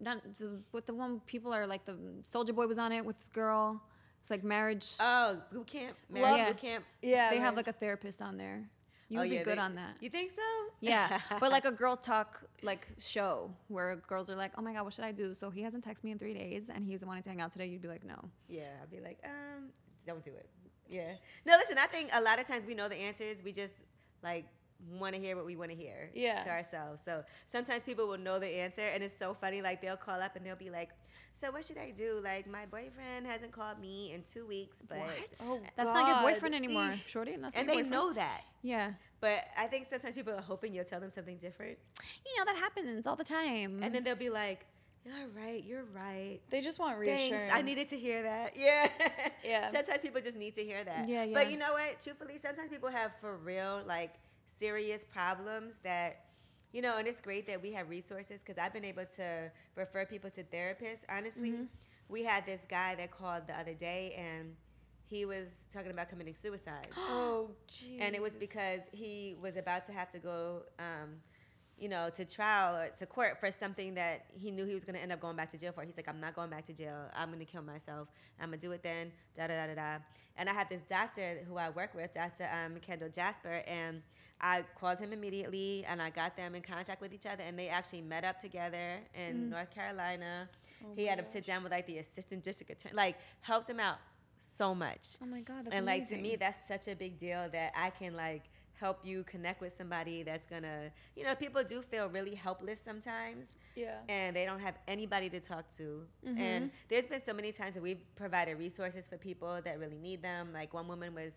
Speaker 4: not the, with the one people are like the Soldier Boy was on it with this girl. It's like marriage.
Speaker 1: Oh, boot camp. Marriage
Speaker 4: Yeah.
Speaker 1: boot camp.
Speaker 5: Yeah.
Speaker 4: they have
Speaker 5: right.
Speaker 4: like a therapist on there. You
Speaker 1: Oh,
Speaker 4: would
Speaker 1: yeah,
Speaker 4: be good
Speaker 1: they-
Speaker 4: on that.
Speaker 1: You think so?
Speaker 4: Yeah, but like a girl talk like show where girls are like, "Oh my god, what should I do?" So he hasn't texted me in three days, and he's wanting to hang out today. You'd be like, "No."
Speaker 1: Yeah, I'd be like, um, don't do it. Yeah. No, listen, I think a lot of times we know the answers. We just like want to hear what we want to hear
Speaker 5: Yeah.
Speaker 1: to ourselves. So sometimes people will know the answer and it's so funny. Like they'll call up and they'll be like, so what should I do? Like my boyfriend hasn't called me in two weeks, but.
Speaker 5: Oh,
Speaker 4: that's not your
Speaker 5: God.
Speaker 4: boyfriend anymore,
Speaker 5: Eesh.
Speaker 4: Shorty. That's not
Speaker 1: And
Speaker 4: your
Speaker 1: they
Speaker 4: boyfriend.
Speaker 1: know that.
Speaker 4: Yeah,
Speaker 1: But I think sometimes people are hoping you'll tell them something different.
Speaker 4: you know that happens all the time.
Speaker 1: And then they'll be like, all right, you're right.
Speaker 5: They just want reassurance.
Speaker 1: Thanks. I needed to hear that. Yeah.
Speaker 5: Yeah.
Speaker 1: Sometimes people just need to hear that.
Speaker 4: Yeah, yeah.
Speaker 1: But you know what? Truthfully, sometimes people have for real, like, serious problems that, you know, and it's great that we have resources because I've been able to refer people to therapists. Honestly, we had this guy that called the other day and he was talking about committing suicide.
Speaker 5: oh, jeez.
Speaker 1: and it was because he was about to have to go, um, you know, to trial or to court for something that he knew he was going to end up going back to jail for. He's like, I'm not going back to jail. I'm going to kill myself. I'm going to do it then. Da da da da da. And I had this doctor who I work with, Dr. Um, Kendall Jasper, and I called him immediately, and I got them in contact with each other, and they actually met up together in North Carolina.
Speaker 5: Oh,
Speaker 1: he had him sit down with like the assistant district attorney, like helped him out so much
Speaker 4: Oh my God, that's
Speaker 1: and like
Speaker 4: amazing.
Speaker 1: to me that's such a big deal that i can like help you connect with somebody that's gonna you know people do feel really helpless sometimes
Speaker 5: yeah.
Speaker 1: and they don't have anybody to talk to and
Speaker 4: Mm-hmm.
Speaker 1: there's been so many times that we've provided resources for people that really need them like one woman was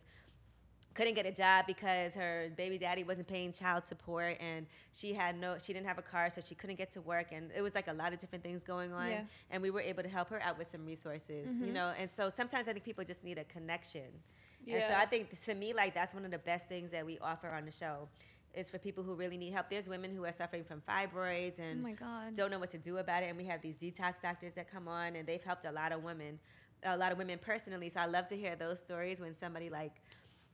Speaker 1: couldn't get a job because her baby daddy wasn't paying child support and she had no she didn't have a car so she couldn't get to work and it was like a lot of different things going on
Speaker 5: Yeah.
Speaker 1: and we were able to help her out with some resources
Speaker 4: Mm-hmm.
Speaker 1: you know and so sometimes i think people just need a connection and so
Speaker 5: Yeah.
Speaker 1: i think to me like that's one of the best things that we offer on the show is for people who really need help there's women who are suffering from fibroids
Speaker 4: Oh
Speaker 1: and
Speaker 4: my God.
Speaker 1: don't know what to do about it. And we have these detox doctors that come on, and they've helped a lot of women, a lot of women personally. So I love to hear those stories when somebody like,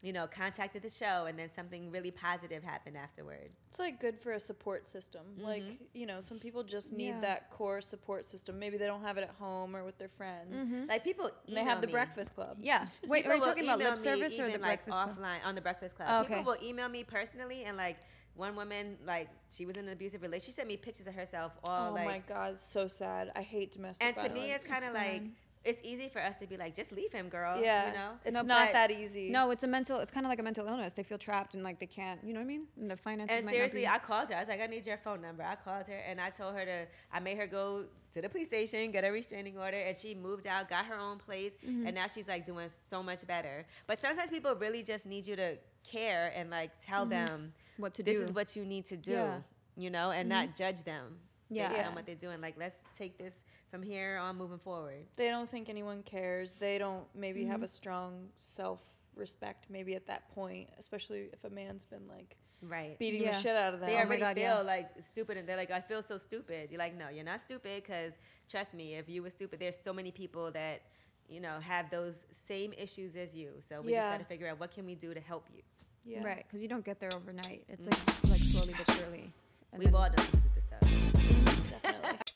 Speaker 1: you know, contacted the show, and then something really positive happened afterward.
Speaker 5: It's like good for a support system. Like, you know, some people just need
Speaker 4: Yeah.
Speaker 5: that core support system. Maybe they don't have it at home or with their friends.
Speaker 1: Like people,
Speaker 5: And they have the
Speaker 1: email me.
Speaker 5: breakfast club.
Speaker 4: Mm-hmm. Yeah. Wait,
Speaker 1: People
Speaker 4: are you
Speaker 1: will
Speaker 4: talking about
Speaker 1: email
Speaker 4: lip
Speaker 1: me
Speaker 4: service or
Speaker 1: even,
Speaker 4: the
Speaker 1: like
Speaker 4: breakfast? club?
Speaker 1: offline on the breakfast club?
Speaker 4: Oh,
Speaker 1: People
Speaker 4: okay.
Speaker 1: will email me personally, and like one woman, like she was in an abusive relationship. She sent me pictures of herself, all
Speaker 5: Oh
Speaker 1: like
Speaker 5: my god, so sad. I hate domestic
Speaker 1: And to
Speaker 5: violence.
Speaker 1: me, it's kind of
Speaker 4: It's
Speaker 1: like
Speaker 4: bad.
Speaker 1: it's easy for us to be like, just leave him, girl.
Speaker 5: yeah,
Speaker 1: you know,
Speaker 5: it's
Speaker 4: No,
Speaker 5: not
Speaker 1: but-
Speaker 5: that easy.
Speaker 4: No, it's a mental. It's kind of like a mental illness. They feel trapped and like they can't. You know what I mean? And their finances.
Speaker 1: And
Speaker 4: might
Speaker 1: seriously, I
Speaker 4: not
Speaker 1: called her. I was like, I need your phone number. I called her and I told her to, I made her go to the police station, get a restraining order, and she moved out, got her own place,
Speaker 4: Mm-hmm.
Speaker 1: and now she's like doing so much better. But sometimes people really just need you to care and like tell
Speaker 4: Mm-hmm.
Speaker 1: them
Speaker 4: be what to
Speaker 1: this
Speaker 4: do.
Speaker 1: is what you need to do,
Speaker 4: Yeah. Mm-hmm.
Speaker 1: you know, and not judge them
Speaker 4: Yeah.
Speaker 1: based
Speaker 5: Yeah.
Speaker 1: on what they're doing. Like, let's take this from here on moving forward.
Speaker 5: they don't think anyone cares. They don't maybe have a strong self respect. Maybe at that point, especially if a man's been like
Speaker 1: Right.
Speaker 5: beating
Speaker 4: Yeah.
Speaker 5: the shit out of them.
Speaker 1: they
Speaker 4: Oh my
Speaker 1: already
Speaker 4: God,
Speaker 1: feel
Speaker 4: yeah.
Speaker 1: like stupid and they're like i feel so stupid you're like no you're not stupid because trust me if you were stupid there's so many people that you know have those same issues as you so we
Speaker 5: Yeah.
Speaker 1: just got to figure out what can we do to help you
Speaker 5: yeah.
Speaker 4: Right, because you don't get there overnight. It's like like slowly but surely. And
Speaker 1: we've all done some stupid stuff
Speaker 5: Definitely.